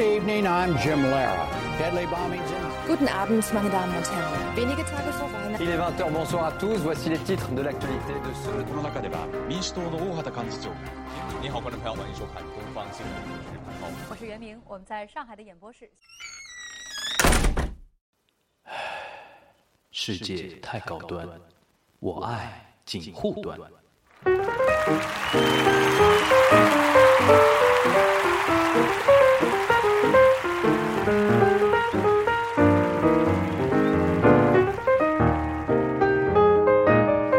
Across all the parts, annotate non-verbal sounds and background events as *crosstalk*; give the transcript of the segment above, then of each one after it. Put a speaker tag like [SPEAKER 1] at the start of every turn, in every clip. [SPEAKER 1] evening, I'm Jim Lara. Deadly bombings in-
[SPEAKER 2] Guten Abend, meine Damen und Herren. Wenige Tage vor Weihnachten.
[SPEAKER 3] Il est 20h, bonsoir à tous. Voici les titres de l'actualité de ce
[SPEAKER 4] この中では民主党の大畑幹事長你好，观众朋友们，欢迎收看《东方新闻日盘后》。
[SPEAKER 5] 我是袁明，我们在上海的演播室。
[SPEAKER 6] 世界太高端，我爱锦护端。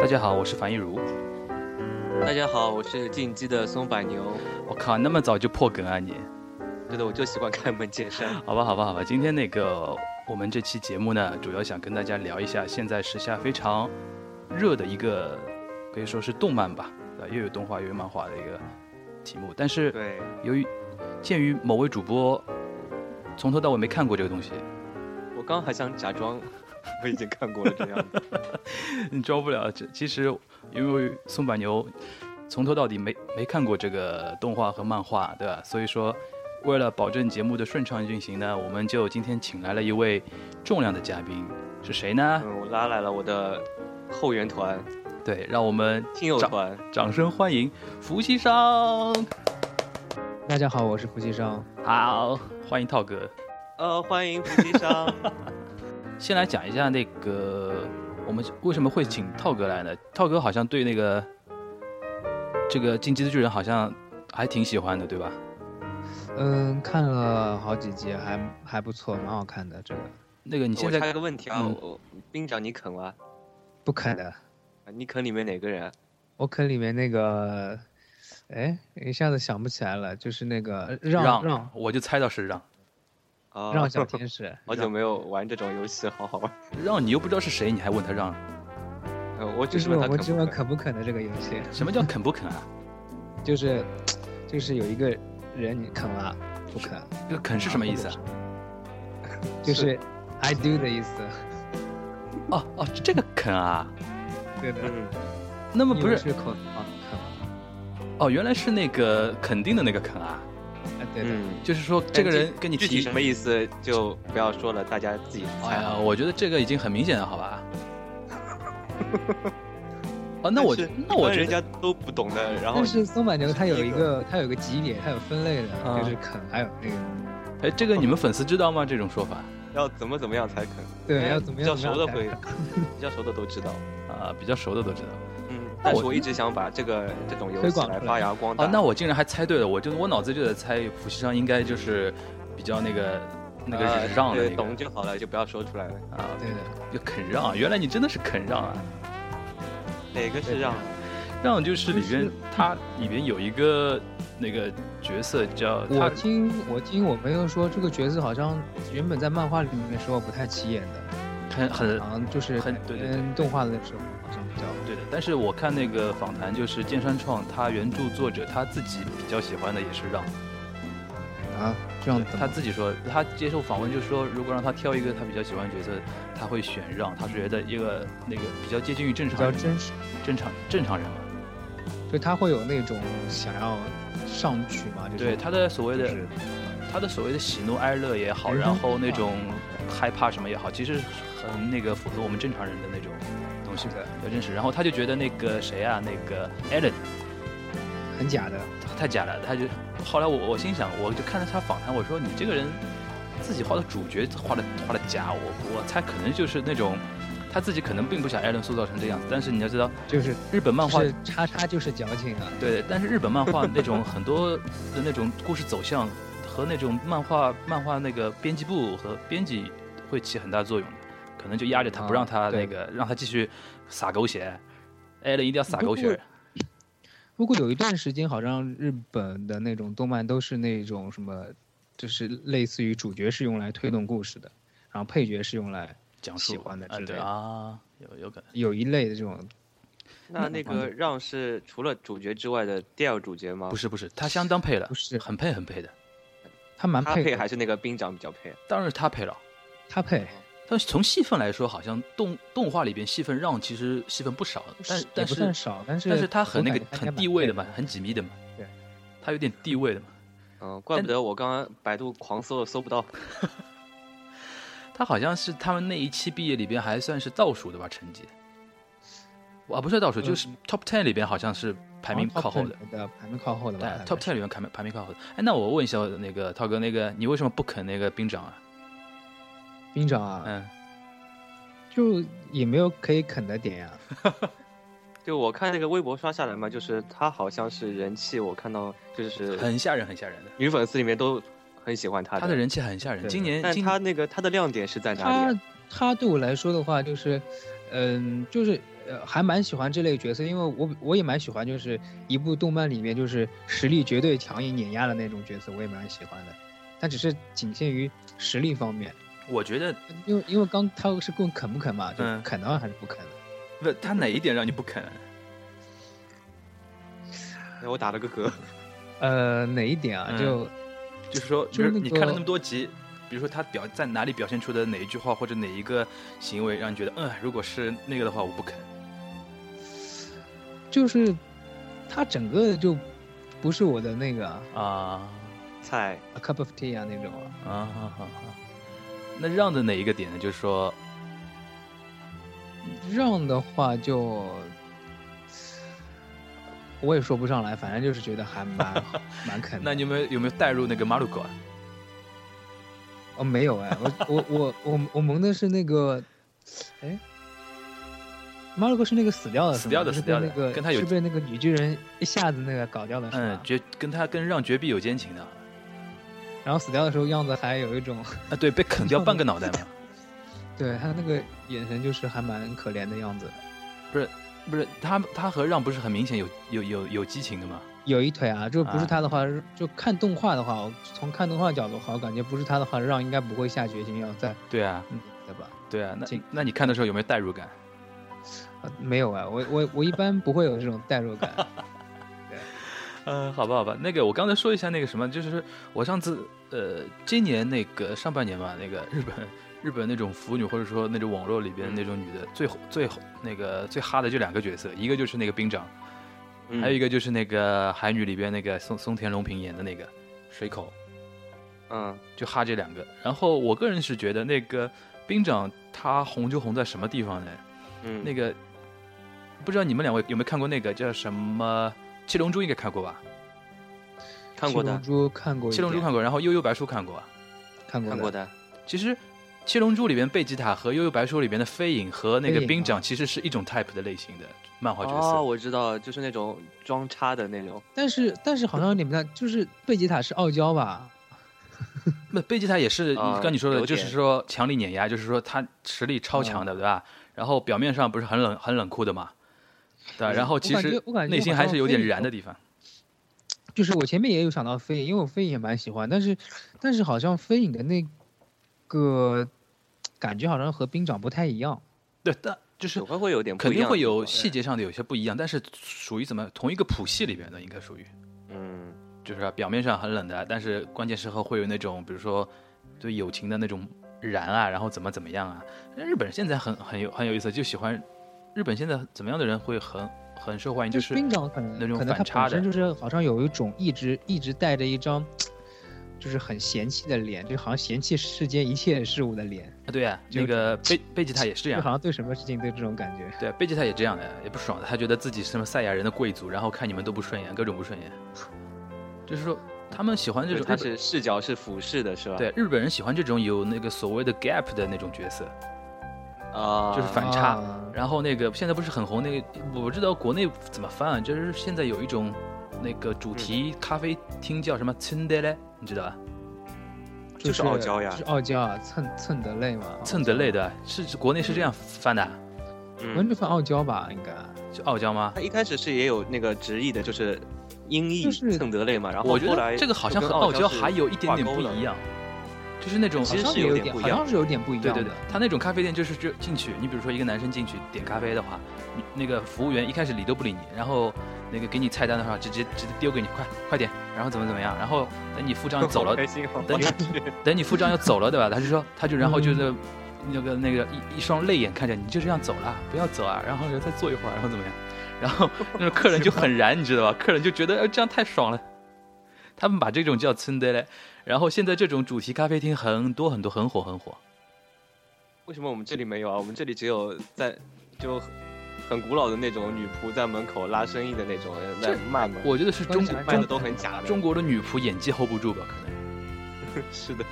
[SPEAKER 6] 大家好，我是樊一茹。
[SPEAKER 7] 大家好，我是进击的松柏牛。
[SPEAKER 6] 我靠，那么早就破梗啊你！
[SPEAKER 7] 对的，我就喜欢看门健身。
[SPEAKER 6] *laughs* 好吧，好吧，好吧，今天那个我们这期节目呢，主要想跟大家聊一下现在时下非常热的一个，可以说是动漫吧，啊，又有动画又有漫画的一个题目。但是
[SPEAKER 7] 对，
[SPEAKER 6] 由于鉴于某位主播从头到尾没看过这个东西，
[SPEAKER 7] 我刚还想假装我已经看过了这样子。
[SPEAKER 6] 你装不了。这其实因为松柏牛从头到底没没看过这个动画和漫画，对吧？所以说，为了保证节目的顺畅运行呢，我们就今天请来了一位重量的嘉宾，是谁呢？
[SPEAKER 7] 嗯，我拉来了我的后援团、
[SPEAKER 6] 对，让我们
[SPEAKER 7] 听友团。
[SPEAKER 6] 掌声欢迎伏羲商。
[SPEAKER 8] 大家好，我是伏羲商。
[SPEAKER 6] 好，欢迎涛哥。
[SPEAKER 7] 呃，欢迎伏羲商。
[SPEAKER 6] 先来讲一下那个我们为什么会请涛哥来呢？涛哥好像对那个这个《进击的巨人》好像还挺喜欢的，对吧？
[SPEAKER 8] 嗯，看了好几集，还还不错，蛮好看的。这个
[SPEAKER 6] 那个你
[SPEAKER 7] 我
[SPEAKER 6] 现
[SPEAKER 7] 插
[SPEAKER 6] 在
[SPEAKER 7] 个问题啊，
[SPEAKER 6] 嗯
[SPEAKER 7] 我兵长你啃吗？
[SPEAKER 8] 不肯的，
[SPEAKER 7] 你啃里面哪个人？啊
[SPEAKER 8] 我肯里面那个，哎，一下子想不起来了，就是那个让让
[SPEAKER 6] 我就猜到是让
[SPEAKER 7] 啊，
[SPEAKER 8] 让小天使
[SPEAKER 7] *laughs* 好久没有玩这种游戏，好好玩。
[SPEAKER 6] 让，你又不知道是谁，你还问他让？
[SPEAKER 7] 呃，我
[SPEAKER 8] *laughs* 就
[SPEAKER 7] 只
[SPEAKER 8] 是
[SPEAKER 7] 是问
[SPEAKER 8] 我
[SPEAKER 7] 他
[SPEAKER 8] 们
[SPEAKER 7] 啃
[SPEAKER 8] 只
[SPEAKER 7] 不
[SPEAKER 8] 问
[SPEAKER 7] 啃。
[SPEAKER 8] 肯不肯的这个游戏，
[SPEAKER 6] 什么叫肯不肯啊？
[SPEAKER 8] 就是就是有一个人你肯了不肯，
[SPEAKER 6] 这个肯是什么意思啊？
[SPEAKER 7] 嗯
[SPEAKER 8] 就是是 I do 的意思。
[SPEAKER 6] 哦哦，这个肯啊？
[SPEAKER 8] 对的，
[SPEAKER 7] 嗯，
[SPEAKER 6] 那么
[SPEAKER 8] 你
[SPEAKER 6] 不
[SPEAKER 8] 以为
[SPEAKER 6] 是
[SPEAKER 8] 口啊肯了，
[SPEAKER 6] 哦，原来是那个肯定的那个肯啊，
[SPEAKER 8] 哎对的，
[SPEAKER 7] 嗯，
[SPEAKER 6] 就是说这个人跟你
[SPEAKER 7] 具
[SPEAKER 6] 提
[SPEAKER 7] 体什么意思就不要说了，大家自己
[SPEAKER 6] 哎
[SPEAKER 7] 猜
[SPEAKER 6] 呀，
[SPEAKER 7] 啊。
[SPEAKER 6] 我觉得这个已经很明显了，好吧？
[SPEAKER 7] *laughs*
[SPEAKER 6] 啊，那我
[SPEAKER 7] 但是
[SPEAKER 6] 那我
[SPEAKER 7] 一般
[SPEAKER 6] 觉
[SPEAKER 7] 人
[SPEAKER 6] 得
[SPEAKER 7] 家都不懂的，然后
[SPEAKER 8] 但是松柏牛它有
[SPEAKER 7] 是一
[SPEAKER 8] 一
[SPEAKER 7] 个嗯
[SPEAKER 8] 个它有一个级别，它有分类
[SPEAKER 6] 啊
[SPEAKER 8] 的，就是肯还有那个。
[SPEAKER 6] 哎，这个你们粉丝知道吗？这种说法
[SPEAKER 7] 要怎么怎么样才肯？
[SPEAKER 8] 对，
[SPEAKER 7] 哎
[SPEAKER 8] 要怎么
[SPEAKER 7] 比
[SPEAKER 8] 样？
[SPEAKER 7] 较
[SPEAKER 8] 怎么
[SPEAKER 7] 熟的
[SPEAKER 8] 样 *laughs*
[SPEAKER 7] 会
[SPEAKER 8] 才，
[SPEAKER 7] 比较熟的都知道。
[SPEAKER 6] 啊，比较熟的都知道。
[SPEAKER 7] 嗯，
[SPEAKER 6] 那
[SPEAKER 7] 但
[SPEAKER 6] 我
[SPEAKER 7] 是我一直想把这个这种游
[SPEAKER 8] 推
[SPEAKER 7] 戏
[SPEAKER 8] 广
[SPEAKER 7] 来
[SPEAKER 8] 出
[SPEAKER 7] 发
[SPEAKER 8] 来
[SPEAKER 7] 扬光大。
[SPEAKER 6] 啊，那我竟然还猜对了，我就我脑子就在猜伏羲上应该就是比较那个那个
[SPEAKER 7] 呃
[SPEAKER 6] 让的
[SPEAKER 7] 对
[SPEAKER 6] 那
[SPEAKER 7] 懂
[SPEAKER 6] 个
[SPEAKER 7] 就好了，就不要说出来了。
[SPEAKER 6] 啊，
[SPEAKER 8] 对的。
[SPEAKER 6] 就肯让。原来你真的是肯让啊！
[SPEAKER 7] 哪个是让？
[SPEAKER 6] 让就是里边它里边有一个那个角色叫
[SPEAKER 8] 我
[SPEAKER 6] 他
[SPEAKER 8] 听我听我朋友说，这个角色好像原本在漫画里面的时候不太起眼的，
[SPEAKER 6] 很很
[SPEAKER 8] 好像就是
[SPEAKER 6] 很对对对
[SPEAKER 8] 嗯动画的时候好像比较。
[SPEAKER 6] 对的，但是我看那个访谈，就是剑山创他原著作者他自己比较喜欢的也是让，
[SPEAKER 8] 啊，这样子
[SPEAKER 6] 他
[SPEAKER 8] 吗
[SPEAKER 6] 自己说他接受访问就说，如果让他挑一个他比较喜欢的角色，他会选让，他是觉得一个那个比较接近于正
[SPEAKER 8] 比
[SPEAKER 6] 常
[SPEAKER 8] 较
[SPEAKER 6] 人
[SPEAKER 8] 真实，
[SPEAKER 6] 正常正常人嘛，
[SPEAKER 8] 就他会有那种想要上去嘛，就是
[SPEAKER 6] 对他的所谓的
[SPEAKER 8] 就是
[SPEAKER 6] 他的所谓的喜怒哀乐也好，
[SPEAKER 8] 人
[SPEAKER 6] 然
[SPEAKER 8] 生
[SPEAKER 6] 后那
[SPEAKER 8] 啊
[SPEAKER 6] 种害怕什么也好，其实很那个符合我们正常人的那种东西
[SPEAKER 8] 是的
[SPEAKER 6] 比较真实。然后他就觉得那个谁啊，那个 Allen
[SPEAKER 8] 很假的，
[SPEAKER 6] 太假了，他就后来我我心想，我就看了他访谈，我说你这个人自己画的主角画的画的假，我我猜可能就是那种他自己可能并不想艾伦塑造成这样子，但是你要知道
[SPEAKER 8] 就是
[SPEAKER 6] 日本漫画
[SPEAKER 8] 就是叉叉就是矫情啊，
[SPEAKER 6] 对，但是日本漫画那种很多的那种故事走向和那种漫画漫画那个编辑部和编辑会起很大作用的，可能就压着他不
[SPEAKER 8] 啊
[SPEAKER 6] 让他那
[SPEAKER 8] 对
[SPEAKER 6] 个让他继续撒狗血，艾伦一定要撒狗
[SPEAKER 8] 不
[SPEAKER 6] 血
[SPEAKER 8] 过。不过有一段时间，好像日本的那种动漫都是那种什么，就是类似于主角是用来推动故事的，然后配角是用来
[SPEAKER 6] 讲述
[SPEAKER 8] 喜欢的
[SPEAKER 6] 啊
[SPEAKER 8] 之类
[SPEAKER 6] 对
[SPEAKER 8] 的
[SPEAKER 6] 啊，有有可能。
[SPEAKER 8] 有一类的这种，
[SPEAKER 7] 那那个
[SPEAKER 8] 嗯
[SPEAKER 7] 让是除了主角之外的第二主角吗？
[SPEAKER 6] 不，是不是，他相当配了，
[SPEAKER 8] 啊不是
[SPEAKER 6] 很配很配的。
[SPEAKER 8] 他蛮
[SPEAKER 7] 他
[SPEAKER 8] 配
[SPEAKER 7] 配
[SPEAKER 8] 的
[SPEAKER 7] 还是那个兵长比较配？
[SPEAKER 6] 当然是他配了，
[SPEAKER 8] 他配，
[SPEAKER 6] 但是从戏份来说，好像动动画里边戏份让其实戏份不少，但
[SPEAKER 8] 也
[SPEAKER 6] 但
[SPEAKER 8] 不
[SPEAKER 6] 是
[SPEAKER 8] 算少，但是
[SPEAKER 6] 但是他很
[SPEAKER 8] 我
[SPEAKER 6] 那个
[SPEAKER 8] 感觉他应该
[SPEAKER 6] 很
[SPEAKER 8] 蛮
[SPEAKER 6] 地位
[SPEAKER 8] 配
[SPEAKER 6] 的嘛，很紧密的嘛，
[SPEAKER 8] 对，
[SPEAKER 6] 他有点地位的嘛。
[SPEAKER 7] 嗯，怪不得我刚刚百度狂搜了搜不到。
[SPEAKER 6] 他好像是他们那一期毕业里边还算是倒数的吧成绩，啊不是倒数，
[SPEAKER 8] 嗯
[SPEAKER 6] 就是 top ten 里边好像是排名靠后的，
[SPEAKER 8] 的，排名靠后哦的
[SPEAKER 6] 对
[SPEAKER 8] 吧
[SPEAKER 6] ，top ten 里面排名排名靠后的。哎，那我问一下那个涛哥，那个你为什么不啃那个冰掌啊？
[SPEAKER 8] 兵长啊，
[SPEAKER 6] 嗯，
[SPEAKER 8] 就也没有可以啃的点呀、
[SPEAKER 7] 就我看那个微博刷下来嘛，就是他好像是人气，我看到就是
[SPEAKER 6] 很吓人，很吓人的，
[SPEAKER 7] 女粉丝里面都很喜欢他
[SPEAKER 6] 他的人气很吓人。
[SPEAKER 8] 对
[SPEAKER 6] 今年
[SPEAKER 7] 但
[SPEAKER 6] 今
[SPEAKER 7] 他那个他的亮点是在哪里
[SPEAKER 8] 他
[SPEAKER 7] 啊？
[SPEAKER 8] 他对我来说的话，就是，嗯，就是呃，还蛮喜欢这类角色，因为我我也蛮喜欢，就是一部动漫里面就是实力绝对强硬碾压的那种角色，我也蛮喜欢的，但只是仅限于实力方面，
[SPEAKER 6] 我觉得
[SPEAKER 8] 因为因为刚他是问肯不肯嘛，就
[SPEAKER 6] 嗯
[SPEAKER 8] 肯的话还是不肯的，
[SPEAKER 6] 不，他哪一点让你不啃？
[SPEAKER 7] 哎我打了个嗝。 *laughs*
[SPEAKER 8] 呃，哪一点啊？
[SPEAKER 6] 嗯
[SPEAKER 8] 就
[SPEAKER 6] 就是说，
[SPEAKER 8] 就
[SPEAKER 6] 就是是
[SPEAKER 8] 那
[SPEAKER 6] 你看了
[SPEAKER 8] 个
[SPEAKER 6] 那么多集，比如说他表在哪里表现出的哪一句话或者哪一个行为，让你觉得，嗯，如果是那个的话，我不肯。
[SPEAKER 8] 就是他整个就不是我的那个啊
[SPEAKER 6] 啊
[SPEAKER 7] 菜
[SPEAKER 8] a cup of tea 啊那种啊。
[SPEAKER 6] 啊好好好那让的哪一个点呢？就是说，
[SPEAKER 8] 让的话就，我也说不上来，反正就是觉得还蛮
[SPEAKER 6] *laughs*
[SPEAKER 8] 蛮肯的。
[SPEAKER 6] 那你有没有有没有带入那个马鲁狗啊？
[SPEAKER 8] 哦没有哎，我我我我我蒙的是那个，哎，马鲁克是那个死掉的是吗，
[SPEAKER 6] 死掉的
[SPEAKER 8] 就是
[SPEAKER 6] 死掉
[SPEAKER 8] 被
[SPEAKER 6] 的
[SPEAKER 8] 那个
[SPEAKER 6] 跟他有
[SPEAKER 8] 是被那个女巨人一下子那个搞掉的是
[SPEAKER 6] 嗯
[SPEAKER 8] 吧，？
[SPEAKER 6] 绝跟他跟让绝壁有奸情的
[SPEAKER 8] 然后死掉的时候样子还有一种，
[SPEAKER 6] 啊，对，被啃
[SPEAKER 8] *laughs*
[SPEAKER 6] 掉半个脑袋嘛。
[SPEAKER 8] 对他那个眼神就是还蛮可怜的样子。
[SPEAKER 6] 不是他他和让不是很明显有有有有激情的嘛？
[SPEAKER 8] 有一腿啊，就不是
[SPEAKER 6] 啊
[SPEAKER 8] 他的话，就看动画的话，我从看动画角度的话，我感觉不是他的话，让应该不会下决心要再，
[SPEAKER 6] 对啊，
[SPEAKER 8] 嗯，对吧？
[SPEAKER 6] 对啊。那
[SPEAKER 8] 这
[SPEAKER 6] 那你看的时候有没有代入感？
[SPEAKER 8] 啊，没有啊，我我我一般不会有这种代入感。
[SPEAKER 6] 嗯，好吧，好吧，那个我刚才说一下那个什么，就是我上次呃，今年那个上半年吧，那个日本日本那种腐女或者说那种网络里
[SPEAKER 7] 嗯
[SPEAKER 6] 边那种女的，最最那个最哈的就两个角色，一个就是那个兵长，
[SPEAKER 7] 嗯
[SPEAKER 6] 还有一个就是那个海女里边那个松松田龙平演的那个水口，
[SPEAKER 7] 嗯，
[SPEAKER 6] 就哈这两个。然后我个人是觉得那个兵长他红就红在什么地方呢？
[SPEAKER 7] 嗯，
[SPEAKER 6] 那
[SPEAKER 7] 个
[SPEAKER 6] 个不知道你们两位有没有看过那个叫什么《七龙珠》，应该看过吧？
[SPEAKER 7] 看过的
[SPEAKER 8] 七龙，珠看过一
[SPEAKER 6] 《
[SPEAKER 8] 点，
[SPEAKER 6] 七龙珠》看过，然后《悠悠白书》看过啊。
[SPEAKER 8] 看过
[SPEAKER 7] 看过的，
[SPEAKER 6] 其实《七龙珠》里边贝吉塔和《悠悠白书》里边的飞影和那
[SPEAKER 8] 飞
[SPEAKER 6] 个
[SPEAKER 8] 影
[SPEAKER 6] 兵
[SPEAKER 8] 啊
[SPEAKER 6] 长其实是一种 type 的类型的漫画角色。
[SPEAKER 7] 哦，我知道，就是那种装叉的那种。
[SPEAKER 8] 但是但是好像你们看，就是贝吉塔是傲娇吧？
[SPEAKER 6] 那贝吉塔也是
[SPEAKER 7] 啊
[SPEAKER 6] 刚你说的，
[SPEAKER 7] 有
[SPEAKER 6] 就
[SPEAKER 7] 点
[SPEAKER 6] 是说强力碾压，就是说他实力超强的，对吧？然后表面上不是很冷很冷酷的嘛，对吧，然后其
[SPEAKER 8] 我感觉
[SPEAKER 6] 实
[SPEAKER 8] 我感觉
[SPEAKER 6] 内心还是有点
[SPEAKER 8] 好像
[SPEAKER 6] 燃的地方。
[SPEAKER 8] 就是我前面也有想到飞影，因为我飞影也蛮喜欢，但是但是好像飞影的那个感觉好像和兵长不太一样。
[SPEAKER 6] 对，但就是
[SPEAKER 7] 手会会有点不
[SPEAKER 6] 肯
[SPEAKER 7] 一样
[SPEAKER 6] 定
[SPEAKER 7] 的
[SPEAKER 6] 会有
[SPEAKER 7] 地方
[SPEAKER 6] 细节上的有些不一样，但是属于怎么同一个谱系里边的，应该属于
[SPEAKER 7] 嗯，
[SPEAKER 6] 就是啊表面上很冷的，但是关键时候会有那种比如说对友情的那种燃啊，然后怎么怎么样啊。日本现在很很有很有意思，就喜欢日本现在怎么样的人会很很受欢迎，就是
[SPEAKER 8] 兵长可能
[SPEAKER 6] 那种
[SPEAKER 8] 可能
[SPEAKER 6] 反
[SPEAKER 8] 他
[SPEAKER 6] 差
[SPEAKER 8] 本
[SPEAKER 6] 的
[SPEAKER 8] 身就是好像有一种一直一直带着一张，就是很嫌弃的脸，就好像嫌弃世间一切事物的脸，
[SPEAKER 6] 啊，对啊，
[SPEAKER 8] 就
[SPEAKER 6] 那个贝贝吉塔也是这
[SPEAKER 8] 就
[SPEAKER 6] 样
[SPEAKER 8] 好，像对什么事情都有这种感觉。
[SPEAKER 6] 对，啊贝吉塔也这样的，也不爽的，他觉得自己是什么赛亚人的贵族，然后看你们都不顺眼，各种不顺眼。就是说，他们喜欢这
[SPEAKER 7] 就
[SPEAKER 6] 种，
[SPEAKER 7] 他是视角是俯视的，是吧？
[SPEAKER 6] 对日本人喜欢这种有那个所谓的 gap 的那种角色，
[SPEAKER 7] 啊，
[SPEAKER 6] 就是反差。
[SPEAKER 8] 啊
[SPEAKER 6] 然后那个现在不是很红，那个我不知道国内怎么翻啊，就是现在有一种那个主
[SPEAKER 7] 嗯
[SPEAKER 6] 题咖啡厅叫什么 t n d e l e 你知道吧？
[SPEAKER 7] 哦
[SPEAKER 8] 就
[SPEAKER 7] 就是傲娇呀
[SPEAKER 8] 就是傲娇啊，蹭蹭得累嘛，
[SPEAKER 6] 蹭得累的，是是国内是这样翻的啊，
[SPEAKER 8] 文
[SPEAKER 7] 嗯，
[SPEAKER 8] 这份傲娇吧，应该
[SPEAKER 6] 就傲娇吗
[SPEAKER 7] 他？一开始是也有那个直译的，就是音译
[SPEAKER 8] 就是
[SPEAKER 7] 蹭德类嘛，然后
[SPEAKER 6] 我觉
[SPEAKER 7] 后来
[SPEAKER 6] 得这个好像
[SPEAKER 7] 就
[SPEAKER 6] 和
[SPEAKER 7] 跟
[SPEAKER 6] 傲
[SPEAKER 7] 傲
[SPEAKER 6] 娇
[SPEAKER 7] 是
[SPEAKER 6] 还有一点点
[SPEAKER 7] 挂
[SPEAKER 6] 不
[SPEAKER 7] 钩的
[SPEAKER 6] 一样，就是那种
[SPEAKER 7] 其
[SPEAKER 8] 好
[SPEAKER 7] 实
[SPEAKER 8] 像
[SPEAKER 7] 是
[SPEAKER 8] 也
[SPEAKER 7] 有
[SPEAKER 8] 有
[SPEAKER 7] 点
[SPEAKER 8] 点，
[SPEAKER 7] 不一
[SPEAKER 8] 好
[SPEAKER 7] 样
[SPEAKER 8] 像是有点不一
[SPEAKER 6] 对
[SPEAKER 8] 样的。
[SPEAKER 6] 对对，他那种咖啡店就是就进去，你比如说一个男生进去点咖啡的话，你那个服务员一开始理都不理你，然后那个给你菜单的话，直接直接丢给你，快快点，然后怎么怎么样，然后等你付账走了
[SPEAKER 7] 好，开心哦，
[SPEAKER 6] 等你 *laughs* 等你付账要走了对吧？他就说他就然后就是那个那个一一双泪眼看着你，你就这样走了，不要走啊，然后再坐一会 *laughs* 儿，然后哎怎么样？然后那种客人就很燃，你知道吧？客人就觉得呃这样太爽了，他们把这种叫村的嘞。然后现在这种主题咖啡厅很多很多，很火很火。
[SPEAKER 7] 为什么我们这里没有啊？我们这里只有在就很很古老的那种女仆在门口拉生意的那种在卖嘛，
[SPEAKER 6] 我觉得是中
[SPEAKER 8] 关
[SPEAKER 6] 国
[SPEAKER 8] 键
[SPEAKER 7] 卖的
[SPEAKER 6] 中
[SPEAKER 7] 都很假的。
[SPEAKER 6] 中国的女仆演技 hold 不住吧？可能
[SPEAKER 7] 是的，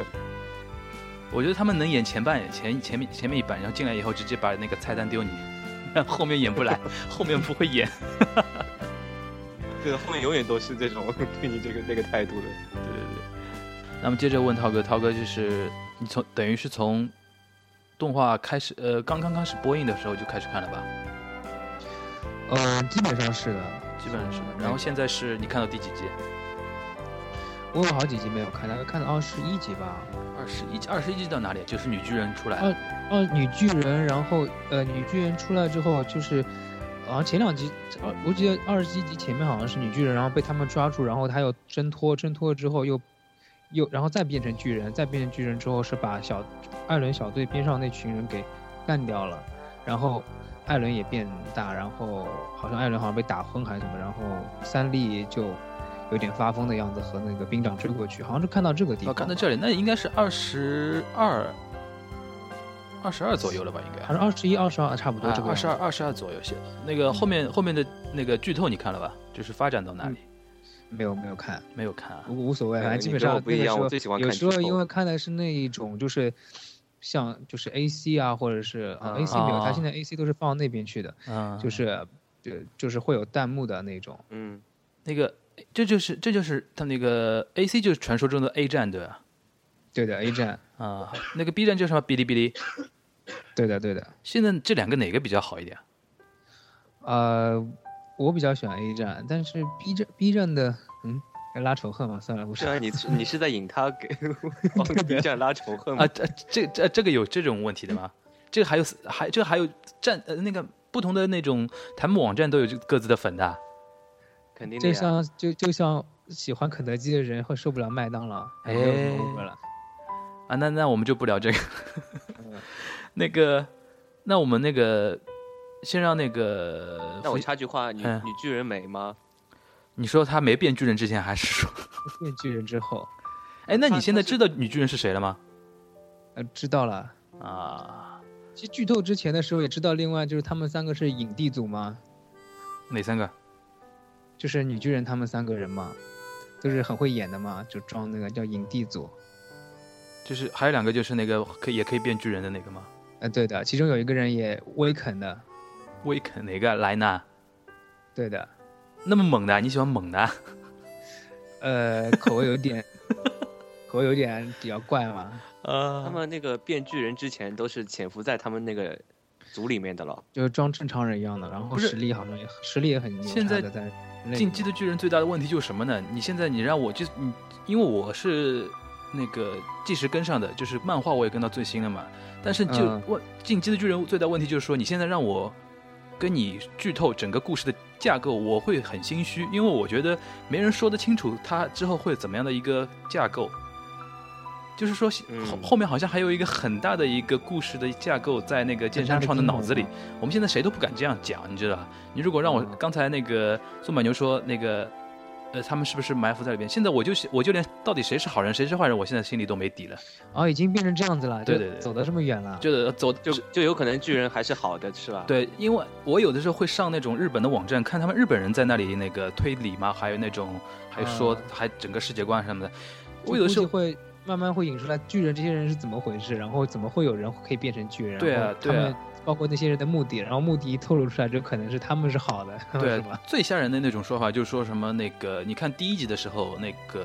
[SPEAKER 6] 我觉得他们能演前半前前面前面一半，然后进来以后直接把那个菜单丢你， *laughs* 后面演不来，后面不会演。
[SPEAKER 7] 对，后面永远都是这种 *laughs* 对你这个那个态度的。
[SPEAKER 6] 对对对。那么接着问涛哥，涛哥就是你从等于是从动画开始，呃，刚刚开始播映的时候就开始看了吧？
[SPEAKER 8] 嗯，基本上是的，
[SPEAKER 6] 基本上是。然后现在是你看到第几集？
[SPEAKER 8] 我有好几集没有看，大概看到二十一集吧。
[SPEAKER 6] 二十一集，二十一集到哪里？啊就是女巨人出来。
[SPEAKER 8] 哦哦，女巨人，然后呃，女巨人出来之后就是，好像前两集，呃，我记得二十一集前面好像是女巨人，然后被他们抓住，然后她又挣脱，挣脱之后又又然后再变成巨人，再变成巨人之后是把小艾伦小队边上那群人给干掉了，然后艾伦也变大，然后好像艾伦好像被打昏还是什么，然后三笠就有点发疯的样子和那个兵长追过去，好像是看到这个地
[SPEAKER 6] 哦，
[SPEAKER 8] 方，
[SPEAKER 6] 看到这里，那应该是二十二，二十二左右了吧？应该啊
[SPEAKER 8] 好。像二十一、二十二差不多这
[SPEAKER 6] 哎二
[SPEAKER 8] 个样
[SPEAKER 6] 十
[SPEAKER 8] 子
[SPEAKER 6] 二，二十二左右。是那个后面后面的那个剧透你看了吧？就是发展到哪里？
[SPEAKER 8] 没有没有看。
[SPEAKER 6] 没有看啊。
[SPEAKER 8] 我无所谓，
[SPEAKER 7] 嗯
[SPEAKER 8] 反正
[SPEAKER 7] 你
[SPEAKER 8] 基本
[SPEAKER 7] 跟我
[SPEAKER 8] 上
[SPEAKER 7] 不一
[SPEAKER 8] 那个
[SPEAKER 7] 样
[SPEAKER 8] 时
[SPEAKER 7] 我
[SPEAKER 8] 候
[SPEAKER 7] 最喜欢
[SPEAKER 8] 有
[SPEAKER 7] 看
[SPEAKER 8] 时
[SPEAKER 7] 剧
[SPEAKER 8] 候
[SPEAKER 7] 透
[SPEAKER 8] 因为看的是那一种就是像就是 A C 啊，或者是
[SPEAKER 7] 啊
[SPEAKER 8] A C 没有，
[SPEAKER 6] 啊
[SPEAKER 8] 它现在 A C 都是放到那边去的，
[SPEAKER 6] 嗯，
[SPEAKER 8] 就是就就是会有弹幕的那种。
[SPEAKER 7] 嗯，
[SPEAKER 6] 那个，这就是这就是他那个 A C 就是传说中的 A 啊站对吧？
[SPEAKER 8] 对的，A 站，
[SPEAKER 6] 啊，那个 B 站叫什么？哔哩哔哩。
[SPEAKER 8] 对的对的。
[SPEAKER 6] 现在这两个哪个比较好一点？
[SPEAKER 8] 呃，我比较喜欢 A 站，但是 B 站 B 站的嗯要拉仇恨嘛，算了，不
[SPEAKER 7] 是啊，
[SPEAKER 8] 是。
[SPEAKER 7] 你是你是在引他给 *laughs* 往 B 站拉仇恨吗
[SPEAKER 6] 啊，？这这这这个有这种问题的吗？这个还有还这个还有站呃那个不同的那种弹幕网站都有这各自的粉的啊。
[SPEAKER 7] 肯定的
[SPEAKER 8] 就
[SPEAKER 7] 呀。
[SPEAKER 8] 像就就像喜欢肯德基的人会受不了麦当劳，
[SPEAKER 6] 哎
[SPEAKER 8] 没有什么 over 了。
[SPEAKER 6] 啊，那那我们就不聊这个。 *laughs* 那个，那我们那个先让那个
[SPEAKER 7] 那我
[SPEAKER 6] 冯
[SPEAKER 7] 插句话，女
[SPEAKER 6] 嗯
[SPEAKER 7] 女巨人美吗？
[SPEAKER 6] 你说他没变巨人之前，还是
[SPEAKER 7] *laughs*
[SPEAKER 6] 说？
[SPEAKER 8] 变巨人之后，
[SPEAKER 6] 哎，那
[SPEAKER 7] 他
[SPEAKER 6] 你现在
[SPEAKER 7] 他
[SPEAKER 6] 知
[SPEAKER 7] 是
[SPEAKER 6] 道女巨人是谁了吗？
[SPEAKER 8] 呃，知道了。
[SPEAKER 6] 啊，
[SPEAKER 8] 其实剧透之前的时候也知道，另外就是他们三个是影帝组嘛，
[SPEAKER 6] 哪三个？
[SPEAKER 8] 就是女巨人他们三个人嘛，都是很会演的嘛，就装那个叫影帝组。
[SPEAKER 6] 就是还有两个，就是那个可以也可以变巨人的那个吗？
[SPEAKER 8] 呃，对的，其中有一个人也威肯的，
[SPEAKER 6] 威肯哪个？莱纳
[SPEAKER 8] 对的，
[SPEAKER 6] 那么猛的，你喜欢猛的啊？
[SPEAKER 8] 呃，口味有点，口味有点比较怪嘛，
[SPEAKER 7] 他们那个变巨人之前都是潜伏在他们那个组里面的了。
[SPEAKER 8] 就是装正常人一样的，然后
[SPEAKER 6] 不是
[SPEAKER 8] 实力好像也实力也很牛
[SPEAKER 6] 现
[SPEAKER 8] 叉
[SPEAKER 6] 在
[SPEAKER 8] 的，在那
[SPEAKER 6] 进击的巨人最大的问题就是什么呢？你现在你让我就你，因为我是那个即时跟上的，就是漫画我也跟到最新了嘛。但是就
[SPEAKER 8] 嗯
[SPEAKER 6] 问、进击的巨人最大问题就是说，你现在让我跟你剧透整个故事的架构，我会很心虚，因为我觉得没人说得清楚它之后会怎么样的一个架构。就是说
[SPEAKER 7] 嗯
[SPEAKER 6] 后后面好像还有一个很大的一个故事的架构在那个剑山创的脑子里，我们现在谁都不敢这样讲，你知道吧？你如果让我
[SPEAKER 8] 嗯
[SPEAKER 6] 刚才那个宋板牛说那个，呃，他们是不是埋伏在里边？现在我就我就连到底谁是好人谁是坏人，我现在心里都没底了。
[SPEAKER 8] 哦，已经变成这样子了，
[SPEAKER 6] 对
[SPEAKER 8] 就
[SPEAKER 6] 对对
[SPEAKER 8] 走得这么远了，
[SPEAKER 6] 就是走
[SPEAKER 7] 就
[SPEAKER 6] 就
[SPEAKER 7] 就有可能巨人还是好的，是吧？，
[SPEAKER 6] 对，因为我有的时候会上那种日本的网站，看他们日本人在那里那个推理嘛，还有那种还说
[SPEAKER 8] 嗯
[SPEAKER 6] 还整个世界观什么的。
[SPEAKER 8] 就
[SPEAKER 6] 我有的时
[SPEAKER 8] 估
[SPEAKER 6] 候
[SPEAKER 8] 计会慢慢会引出来巨人这些人是怎么回事，然后怎么会有人可以变成巨人？
[SPEAKER 6] 对啊
[SPEAKER 8] 然后他
[SPEAKER 6] 对啊
[SPEAKER 8] 们包括那些人的目的，然后目的一透露出来，就可能是他们是好的，
[SPEAKER 6] 对
[SPEAKER 8] *laughs* 是吧？，
[SPEAKER 6] 最吓人的那种说法就是说什么那个，你看第一集的时候，那个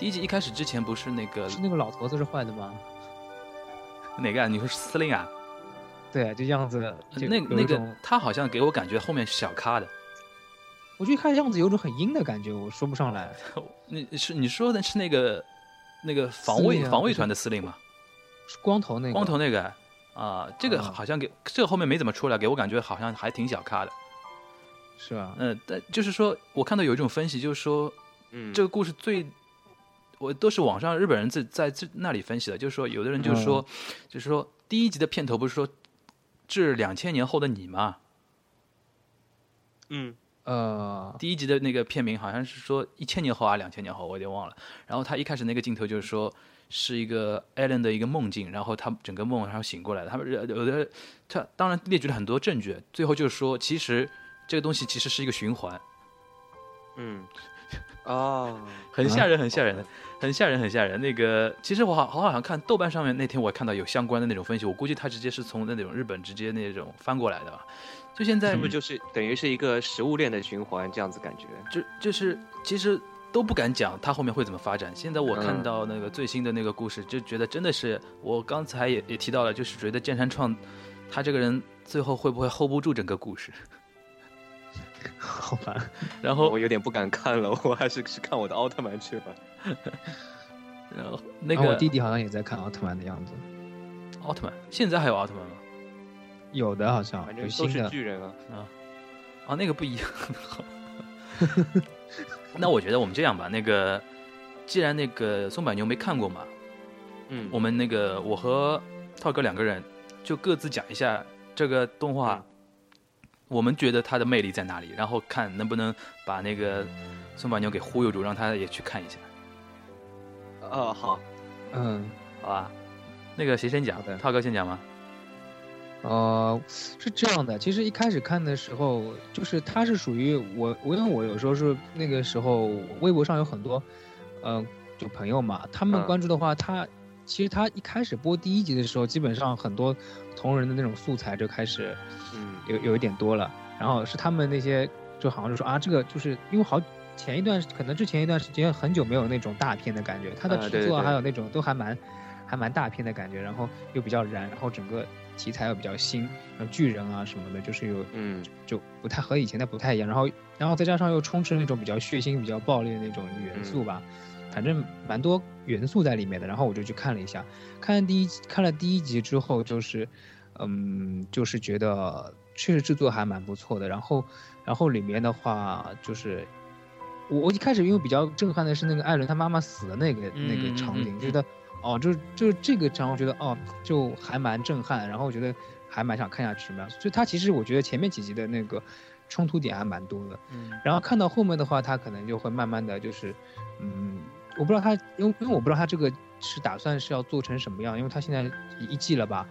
[SPEAKER 6] 第一集一开始之前不是那个
[SPEAKER 8] 是那个老头子是坏的吗？
[SPEAKER 6] 哪个啊？你说是司令啊？
[SPEAKER 8] 对啊，就样子，就
[SPEAKER 6] 呃那
[SPEAKER 8] 有
[SPEAKER 6] 那
[SPEAKER 8] 一
[SPEAKER 6] 个
[SPEAKER 8] 种
[SPEAKER 6] 他好像给我感觉后面是小咖的。
[SPEAKER 8] 我觉得看样子有种很阴的感觉，我说不上来。
[SPEAKER 6] 你是你说的是那个那个防
[SPEAKER 8] 司
[SPEAKER 6] 卫
[SPEAKER 8] 令啊
[SPEAKER 6] 防
[SPEAKER 8] 不
[SPEAKER 6] 卫
[SPEAKER 8] 是
[SPEAKER 6] 团的司令吗？
[SPEAKER 8] 是光头那个，
[SPEAKER 6] 光头那个啊，这个
[SPEAKER 8] 啊
[SPEAKER 6] 好像给这个后面没怎么出来，给我感觉好像还挺小咖的。
[SPEAKER 8] 是吧？
[SPEAKER 6] 嗯，但就是说我看到有一种分析，就是说
[SPEAKER 7] 嗯，
[SPEAKER 6] 这个故事最，我都是网上日本人自在自那里分析的，就是说有的
[SPEAKER 8] 嗯
[SPEAKER 6] 人就说，就是说第一集的片头不是说致两千年后的你吗？
[SPEAKER 7] 嗯，
[SPEAKER 8] 呃，
[SPEAKER 6] 第一集的那个片名好像是说一千年后啊，两千年后，我有点忘了。然后他一开始那个镜头就是说是一个 Allen 的一个梦境，然后他整个梦然后醒过来了。他们有的他当然列举了很多证据，最后就是说其实这个东西其实是一个循环，
[SPEAKER 7] 嗯，哦，
[SPEAKER 6] 很吓人，很吓人的，很吓人，很吓人。那个其实我好好好像看豆瓣上面那天我看到有相关的那种分析，我估计他直接是从那种日本直接那种翻过来的吧。就现在
[SPEAKER 7] 是不是就是等于是一个食物链的循环这样子感觉？
[SPEAKER 6] 就就是其实都不敢讲它后面会怎么发展。现在我看
[SPEAKER 7] 嗯
[SPEAKER 6] 到那个最新的那个故事，就觉得真的是我刚才也也提到了，就是觉得剑山创他这个人最后会不会 hold 不住整个故事？
[SPEAKER 8] *laughs* 好吧，
[SPEAKER 6] 然后
[SPEAKER 7] 我有点不敢看了，我还是去看我的奥特曼去吧。
[SPEAKER 6] 然后呃那
[SPEAKER 7] 啊
[SPEAKER 8] 然后
[SPEAKER 6] 个
[SPEAKER 8] 我弟弟好像也在看奥特曼的样子，
[SPEAKER 6] 奥特曼，现在还有奥特曼吗？
[SPEAKER 8] 有的好像
[SPEAKER 7] 反正
[SPEAKER 8] 有
[SPEAKER 7] 都
[SPEAKER 8] 新
[SPEAKER 7] 是
[SPEAKER 8] 的，
[SPEAKER 7] 巨人啊，
[SPEAKER 6] 啊，那个不一样。 *laughs* 好那我觉得我们这样吧，那个既然那个松柏牛没看过嘛，
[SPEAKER 7] 嗯，
[SPEAKER 6] 我们那个我和涛哥两个人就各自讲一下这个动画，
[SPEAKER 7] 嗯
[SPEAKER 6] 我们觉得它的魅力在哪里，然后看能不能把那个松柏牛给忽悠住，让他也去看一下，
[SPEAKER 7] 啊好，
[SPEAKER 8] 嗯，
[SPEAKER 6] 好吧？那个谁先讲
[SPEAKER 8] 好的？
[SPEAKER 6] 涛哥先讲吗？
[SPEAKER 8] 呃，是这样的，其实一开始看的时候，就是它是属于我，我因为我有时候是那个时候微博上有很多，呃，就朋友嘛，他们
[SPEAKER 7] 嗯
[SPEAKER 8] 关注的话，他其实他一开始播第一集的时候，基本上很多同人的那种素材就开始
[SPEAKER 7] 嗯
[SPEAKER 8] 有有一点多了，然后是他们那些就好像就说啊，这个就是因为好前一段可能之前一段时间很久没有那种大片的感觉，它的
[SPEAKER 7] 啊对
[SPEAKER 8] 制
[SPEAKER 7] 对
[SPEAKER 8] 作
[SPEAKER 7] 对
[SPEAKER 8] 还有那种都还蛮还蛮大片的感觉，然后又比较燃，然后整个题材又比较新，然后巨人啊什么的，就是有
[SPEAKER 7] 嗯
[SPEAKER 8] 就不太和以前的不太一样，然后然后再加上又充斥那种比较血腥、比较暴力的那种元
[SPEAKER 7] 嗯
[SPEAKER 8] 素吧，反正蛮多元素在里面的。然后我就去看了一下，看第一集看了第一集之后，就是嗯，就是觉得确实制作还蛮不错的。然后然后里面的话就是。我我一开始因为比较震撼的是那个艾伦他妈妈死的那个、那
[SPEAKER 6] 嗯嗯
[SPEAKER 8] 个
[SPEAKER 6] 嗯
[SPEAKER 8] 场景，
[SPEAKER 6] 嗯
[SPEAKER 8] 觉得哦，就是就是这个场，我觉得哦，就还蛮震撼，然后我觉得还蛮想看下去嘛。所以它其实我觉得前面几集的那个冲突点还蛮多的，
[SPEAKER 6] 嗯，
[SPEAKER 8] 然后看到后面的话，它可能就会慢慢的就是，嗯，我不知道它，因为因为我不知道它这个是打算是要做成什么样，因为它现在一季了吧，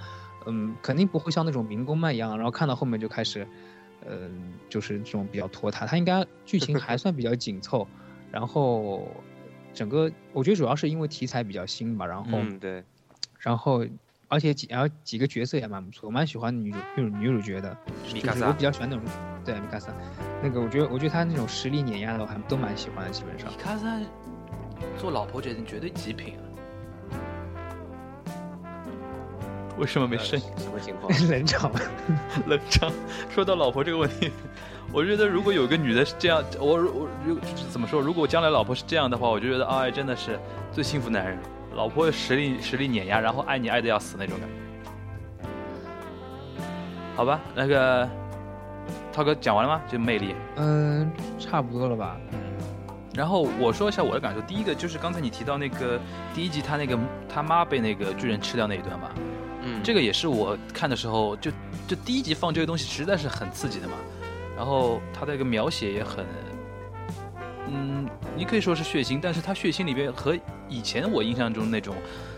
[SPEAKER 8] 嗯，肯定不会像那种民工漫一样，然后看到后面就开始，嗯、就是这种比较拖沓，它应该剧情还算比较紧凑，然后。整个我觉得主要是因为题材比较新吧，然后
[SPEAKER 7] 嗯对，
[SPEAKER 8] 然后而且几然后几个角色也蛮不错，我蛮喜欢女主女主女主角的，
[SPEAKER 6] 米
[SPEAKER 8] 就
[SPEAKER 6] 卡
[SPEAKER 8] 是
[SPEAKER 6] 萨
[SPEAKER 8] 我比较喜欢那种对米卡萨，那个我觉得我觉得她那种实力碾压的我还都蛮喜欢的，基本上
[SPEAKER 6] 米卡萨做老婆决定绝对极品啊！为什么没声音？
[SPEAKER 7] 嗯什么情
[SPEAKER 6] *laughs*
[SPEAKER 7] 况？
[SPEAKER 8] *laughs* 冷场。
[SPEAKER 6] 冷场。说到老婆这个问题，我觉得如果有个女的是这样，我我如怎么说？如果我将来老婆是这样的话，我就觉得哎，真的是最幸福男人。老婆实力实力碾压，然后爱你爱的要死那种感觉。好吧，那个涛哥讲完了吗？这魅力。
[SPEAKER 8] 嗯，差不多了吧？
[SPEAKER 6] 然后我说一下我的感受，第一个就是刚才你提到那个第一集他那个他妈被那个巨人吃掉那一段吧，
[SPEAKER 7] 嗯
[SPEAKER 6] 这个也是我看的时候就就第一集放这个东西实在是很刺激的嘛，然后它的一个描写也很，嗯，你可以说是血腥，但是它血腥里边和以前我印象中那种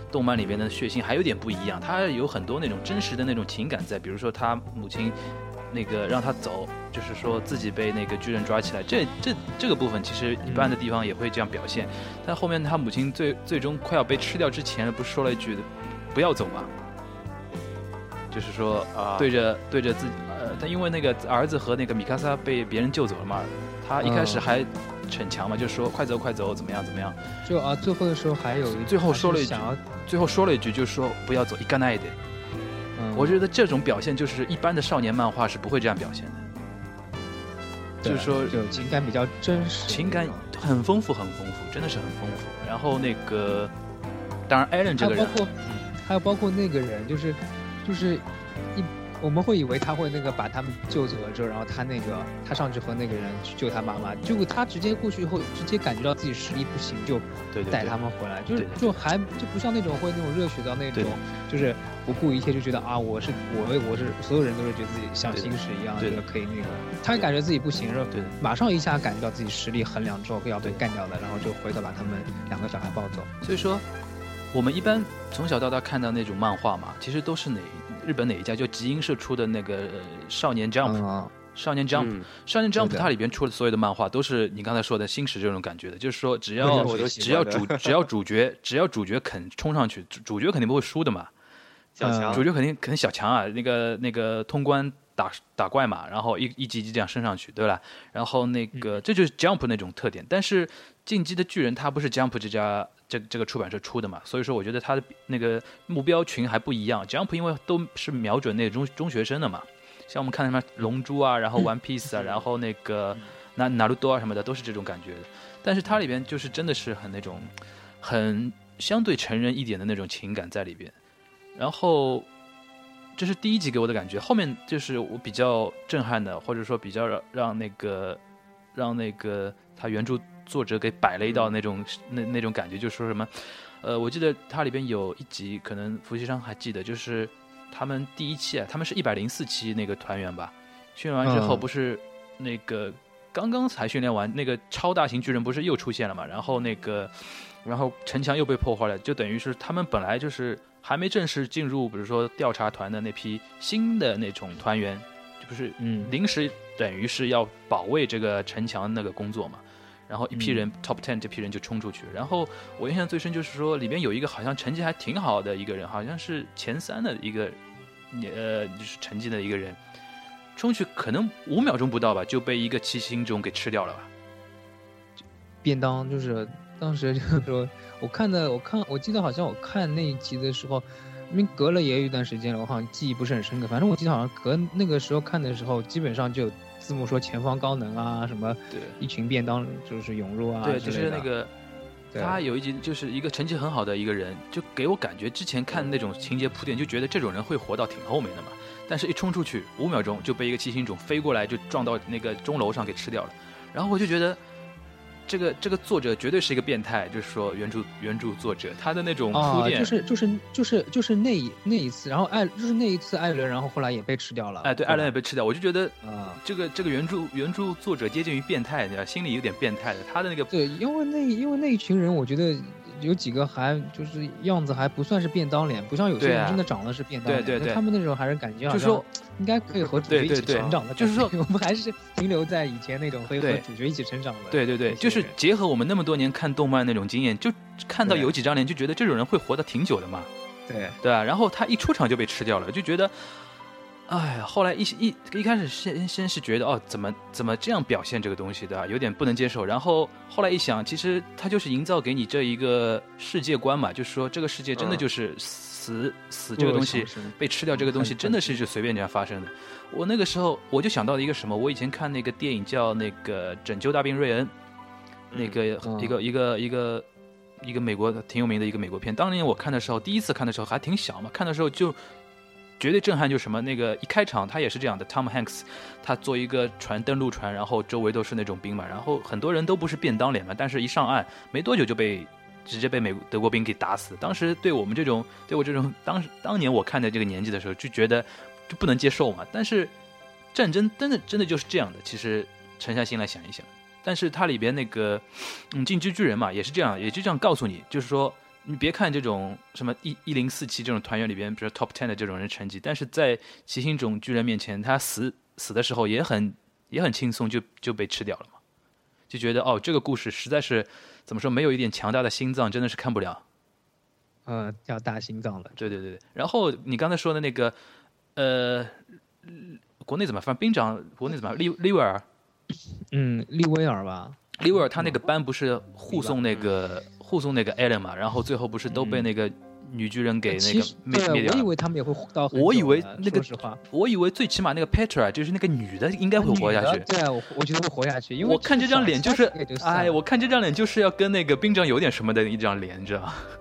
[SPEAKER 6] 动漫里边的血腥还有点不一样，它有很多那种真实的那种情感在，比如说他母亲那个让他走，就是说自己被那个巨人抓起来，这这这个部分其实一般的地方也会这样表现，但后面他母亲最最终快要被吃掉之前，不是说了一句不要走嘛，就是说
[SPEAKER 7] 啊
[SPEAKER 6] 对着对着自己，呃，但因为那个儿子和那个米卡萨被别人救走了嘛，他一开始
[SPEAKER 8] 嗯
[SPEAKER 6] 还逞强嘛，就说快走快走，怎么样怎么样，
[SPEAKER 8] 就啊，最后的时候还有一
[SPEAKER 6] 最后
[SPEAKER 8] 还是
[SPEAKER 6] 说了一句
[SPEAKER 8] 想要，
[SPEAKER 6] 最后说了一句，就说不要走，一干那一点。
[SPEAKER 8] 嗯，
[SPEAKER 6] 我觉得这种表现就是一般的少年漫画是不会这样表现的，就
[SPEAKER 8] 对啊
[SPEAKER 6] 是说
[SPEAKER 8] 就情感比较真实，
[SPEAKER 6] 情感很丰富，很丰富，真的是很丰富。然后那个，当然艾伦这
[SPEAKER 8] 还
[SPEAKER 6] 个
[SPEAKER 8] 有包
[SPEAKER 6] 人，嗯
[SPEAKER 8] 括还有包括那个人，就是就是一我们会以为他会那个把他们救走了之后，然后他那个他上去和那个人去救他妈妈，结果他直接过去以后，直接感觉到自己实力不行，就
[SPEAKER 6] 对对
[SPEAKER 8] 带
[SPEAKER 6] 对
[SPEAKER 8] 他，们回来，就是
[SPEAKER 6] 对对
[SPEAKER 8] 就还就不像那种会那种热血到那
[SPEAKER 6] 对
[SPEAKER 8] 种，就是不顾一切就觉得啊，我是我我是所有人都是觉得自己像
[SPEAKER 6] 对
[SPEAKER 8] 星矢一样，
[SPEAKER 6] 对
[SPEAKER 8] 这
[SPEAKER 6] 的
[SPEAKER 8] 个可以那个，他感觉自己不行，然后
[SPEAKER 6] 对的
[SPEAKER 8] 马上一下感觉到自己实力衡量之后要被干掉了，然后就回头把他们两个小孩抱走。
[SPEAKER 6] 所以说，我们一般从小到大看到那种漫画嘛，其实都是哪日本哪一家就集英社出的那个、呃少年 Jump，、
[SPEAKER 8] 嗯，
[SPEAKER 6] 少年 Jump，、
[SPEAKER 7] 嗯
[SPEAKER 6] 少年 Jump
[SPEAKER 8] 对的
[SPEAKER 6] 它里边出的所有的漫画都是你刚才说的新石这种感觉的，就是说只
[SPEAKER 8] 那
[SPEAKER 6] 要
[SPEAKER 8] *laughs* 就是我都喜
[SPEAKER 6] 只要
[SPEAKER 7] 欢
[SPEAKER 6] 主只要主角只要主角肯冲上去，主主角肯定不会输的嘛，
[SPEAKER 7] 小
[SPEAKER 8] 啊
[SPEAKER 7] 强
[SPEAKER 6] 呃嗯主角肯定肯定小强啊，那个那个通关打打怪嘛，然后一一级一级这样升上去，对吧？然后那
[SPEAKER 7] 嗯
[SPEAKER 6] 个、这就是 Jump 那种特点，但是《进击的巨人》它不是 Jump 这家这这个出版社出的嘛，所以说我觉得它的那个目标群还不一样。Jump 因为都是瞄准那中中学生的嘛，像我们看什么《龙珠》啊，
[SPEAKER 7] *laughs*
[SPEAKER 6] 然后《One Piece》啊，然后那个
[SPEAKER 7] 嗯
[SPEAKER 6] 那哪鲁多啊什么的，都是这种感觉的。但是它里边就是真的是很那种很相对成人一点的那种情感在里边。然后这是第一集给我的感觉，后面就是我比较震撼的，或者说比较让让那个让那个他原著作者给摆了一道那种、那那种感觉，就说什么，呃，我记得它里边有一集，可能伏羲商还记得，就是他们第一期啊，他们是一百零四期那个团员吧，训练完之后
[SPEAKER 8] 嗯
[SPEAKER 6] 不是那个刚刚才训练完，那个超大型巨人不是又出现了嘛？然后那个，然后城墙又被破坏了，就等于是他们本来就是还没正式进入，比如说调查团的那批新的那种团员，就不是
[SPEAKER 8] 嗯
[SPEAKER 6] 临时等于是要保卫这个城墙那个工作嘛。然后一批人、top ten 这批人就冲出去，然后我印象最深就是说里边有一个好像成绩还挺好的一个人，好像是前三的一个，呃，就是成绩的一个人，冲去可能五秒钟不到吧，就被一个七星种给吃掉了吧。
[SPEAKER 8] 便当就是当时就是说，我看的，我看我记得好像我看那一集的时候，因为隔了也有一段时间了，我好像记忆不是很深刻。反正我记得好像隔那个时候看的时候，基本上就有字幕说前方高能啊，什么
[SPEAKER 6] 对
[SPEAKER 8] 一群便当就是涌入啊之类
[SPEAKER 6] 对，
[SPEAKER 8] 的，
[SPEAKER 6] 就是那个
[SPEAKER 8] 对
[SPEAKER 6] 他有一集就是一个成绩很好的一个人，就给我感觉之前看那种情节铺垫，就觉得这种人会活到挺后面的嘛。但是，一冲出去五秒钟就被一个七星种飞过来，就撞到那个钟楼上给吃掉了。然后我就觉得，这个这个作者绝对是一个变态，就是说原著原著作者他的那种铺
[SPEAKER 8] 啊，
[SPEAKER 6] 垫，
[SPEAKER 8] 就是就是就是就是那一那一次，然后艾就是那一次艾伦，然后后来也被吃掉了。
[SPEAKER 6] 哎，对，艾
[SPEAKER 8] 后
[SPEAKER 6] 伦
[SPEAKER 8] 来
[SPEAKER 6] 也被吃掉，我就觉得
[SPEAKER 8] 啊。
[SPEAKER 6] 这个这个原著原著作者接近于变态，你知道，心里有点变态的，他的那个
[SPEAKER 8] 对，因为那因为那一群人，我觉得有几个还就是样子还不算是便当脸，不像有些
[SPEAKER 6] 对
[SPEAKER 8] 人
[SPEAKER 6] 啊
[SPEAKER 8] 真的长得是便当脸。
[SPEAKER 6] 对对
[SPEAKER 8] 那
[SPEAKER 6] 对
[SPEAKER 8] 他们那种还是感觉好
[SPEAKER 6] 就是
[SPEAKER 8] 像
[SPEAKER 6] 说
[SPEAKER 8] 应该可以和主
[SPEAKER 6] 对
[SPEAKER 8] 角一
[SPEAKER 6] 对
[SPEAKER 8] 起
[SPEAKER 6] 对
[SPEAKER 8] 成长的感觉，
[SPEAKER 6] 就是说
[SPEAKER 8] 我们还是停留在以前那种可以和
[SPEAKER 6] 对
[SPEAKER 8] 主角一起成长的。
[SPEAKER 6] 对对对，
[SPEAKER 8] 那些
[SPEAKER 6] 就是
[SPEAKER 8] 人
[SPEAKER 6] 结合我们那么多年看动漫那种经验，就看到
[SPEAKER 8] 对
[SPEAKER 6] 有几张脸就觉得这种人会活得挺久的嘛，
[SPEAKER 8] 对
[SPEAKER 6] 对啊吧、然后他一出场就被吃掉了，就觉得，哎呀，后来一一一开始先先是觉得哦，怎么怎么这样表现这个东西的，有点不能接受。然后后来一想，其实他就是营造给你这一个世界观嘛，就是说这个世界真的
[SPEAKER 7] 嗯
[SPEAKER 6] 就是死、死这个东西
[SPEAKER 8] 弱肉强食
[SPEAKER 6] 被吃掉这个东西
[SPEAKER 8] 很
[SPEAKER 6] 真的是就随便这样发生的。我那个时候我就想到了一个什么，我以前看那个电影叫那个《拯救大兵瑞恩》，那个
[SPEAKER 8] 嗯
[SPEAKER 6] 一个一个一个一个美国挺有名的一个美国片。当年我看的时候，第一次看的时候还挺小嘛，看的时候就绝对震撼，就是什么那个一开场他也是这样的，Tom Hanks 他坐一个船登陆船，然后周围都是那种兵嘛，然后很多人都不是便当脸嘛，但是一上岸没多久就被直接被美德国兵给打死。当时对我们这种对我这种当时当年我看的这个年纪的时候，就觉得就不能接受嘛。但是战争真的真的就是这样的，其实沉下心来想一想。但是它里边那个，嗯，进击巨人嘛，也是这样，也就这样告诉你，就是说，你别看这种什么一一零四期这种团员里边，比如说 top ten 的这种人成绩，但是在骑行种巨人面前，他死死的时候也很也很轻松就就被吃掉了嘛，就觉得哦，这个故事实在是怎么说，没有一点强大的心脏真的是看不了。
[SPEAKER 8] 嗯，要大心脏了。
[SPEAKER 6] 对对对，对然后你刚才说的那个，呃，国内怎么翻？兵长国内怎么翻利利维尔？
[SPEAKER 8] 嗯，利威尔吧，
[SPEAKER 6] 利维尔他那
[SPEAKER 8] 嗯
[SPEAKER 6] 个班不是护送那个护送那个艾伦嘛，然后最后不是都被那个女巨人给那
[SPEAKER 8] 嗯呃其
[SPEAKER 6] 个
[SPEAKER 8] 实
[SPEAKER 6] 灭灭
[SPEAKER 8] 对，
[SPEAKER 6] 掉
[SPEAKER 8] 我以
[SPEAKER 6] 了。
[SPEAKER 8] 为他们也会到很久的。
[SPEAKER 6] 我以为那个
[SPEAKER 8] 说实话，
[SPEAKER 6] 我以为最起码那个 Petra 就是那个女的应该会活下
[SPEAKER 8] 女
[SPEAKER 6] 去
[SPEAKER 8] 的。对，啊我我觉得会活下去，因为
[SPEAKER 6] 我看这张脸就是
[SPEAKER 8] 也就，算
[SPEAKER 6] 哎，
[SPEAKER 8] 了
[SPEAKER 6] 我看这张脸就是要跟那个兵长有点什么的一张脸，你知道吗？ *laughs*
[SPEAKER 8] 嗯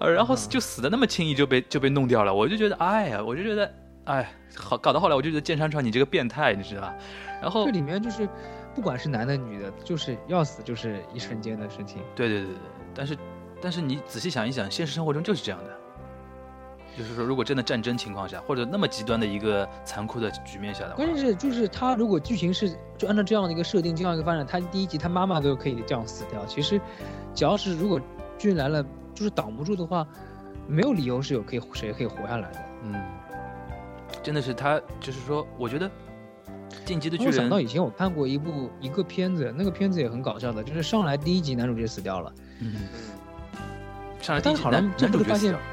[SPEAKER 6] 呃，然后就死的那么轻易就被就被弄掉了，我就觉得，哎呀，我就觉得，哎，好搞到后来我就觉得剑山川你这个变态，你知道吧？然后
[SPEAKER 8] 这里面就是不管是男的女的，就是要死就是一瞬间的事情。
[SPEAKER 6] 对对对对，但是但是你仔细想一想，现实生活中就是这样的。就是说，如果真的战争情况下，或者那么极端的一个残酷的局面下的话，
[SPEAKER 8] 关键是就是他如果剧情是就按照这样的一个设定，这样一个发展，他第一集他妈妈都可以这样死掉。其实，只要是如果剧来了，就是挡不住的话，没有理由是有可以谁可以活下来的。
[SPEAKER 6] 嗯，真的是他，就是说，我觉得《进击的巨
[SPEAKER 8] 我
[SPEAKER 6] 人》
[SPEAKER 8] 想到以前我看过一部一个片子，那个片子也很搞笑的，就是上来第一集男主角死掉了，
[SPEAKER 6] 嗯，上来第一
[SPEAKER 8] 但
[SPEAKER 6] 集
[SPEAKER 8] 好像
[SPEAKER 6] 男
[SPEAKER 8] 这
[SPEAKER 6] 男主
[SPEAKER 8] 个
[SPEAKER 6] 角
[SPEAKER 8] 发
[SPEAKER 6] 死
[SPEAKER 8] 现
[SPEAKER 6] 掉了，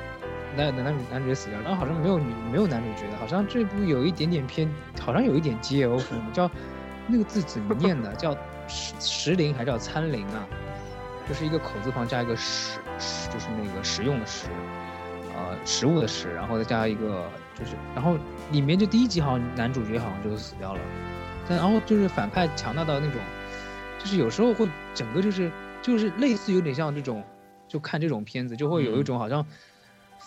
[SPEAKER 8] 男男男主男主角死掉了，然后好像没有女没有男主角的，好像这部有一点点偏，好像有一点 G L 风，叫那个字怎么念呢？叫石石林还是叫参林啊？就是一个口字旁加一个食，食就是那个食用的食，呃，食物的食，然后再加一个就是，然后里面就第一集好像男主角好像就死掉了，但然后就是反派强大到那种，就是有时候会整个就是就是类似有点像这种，就看这种片子就
[SPEAKER 6] 嗯
[SPEAKER 8] 会有一种好像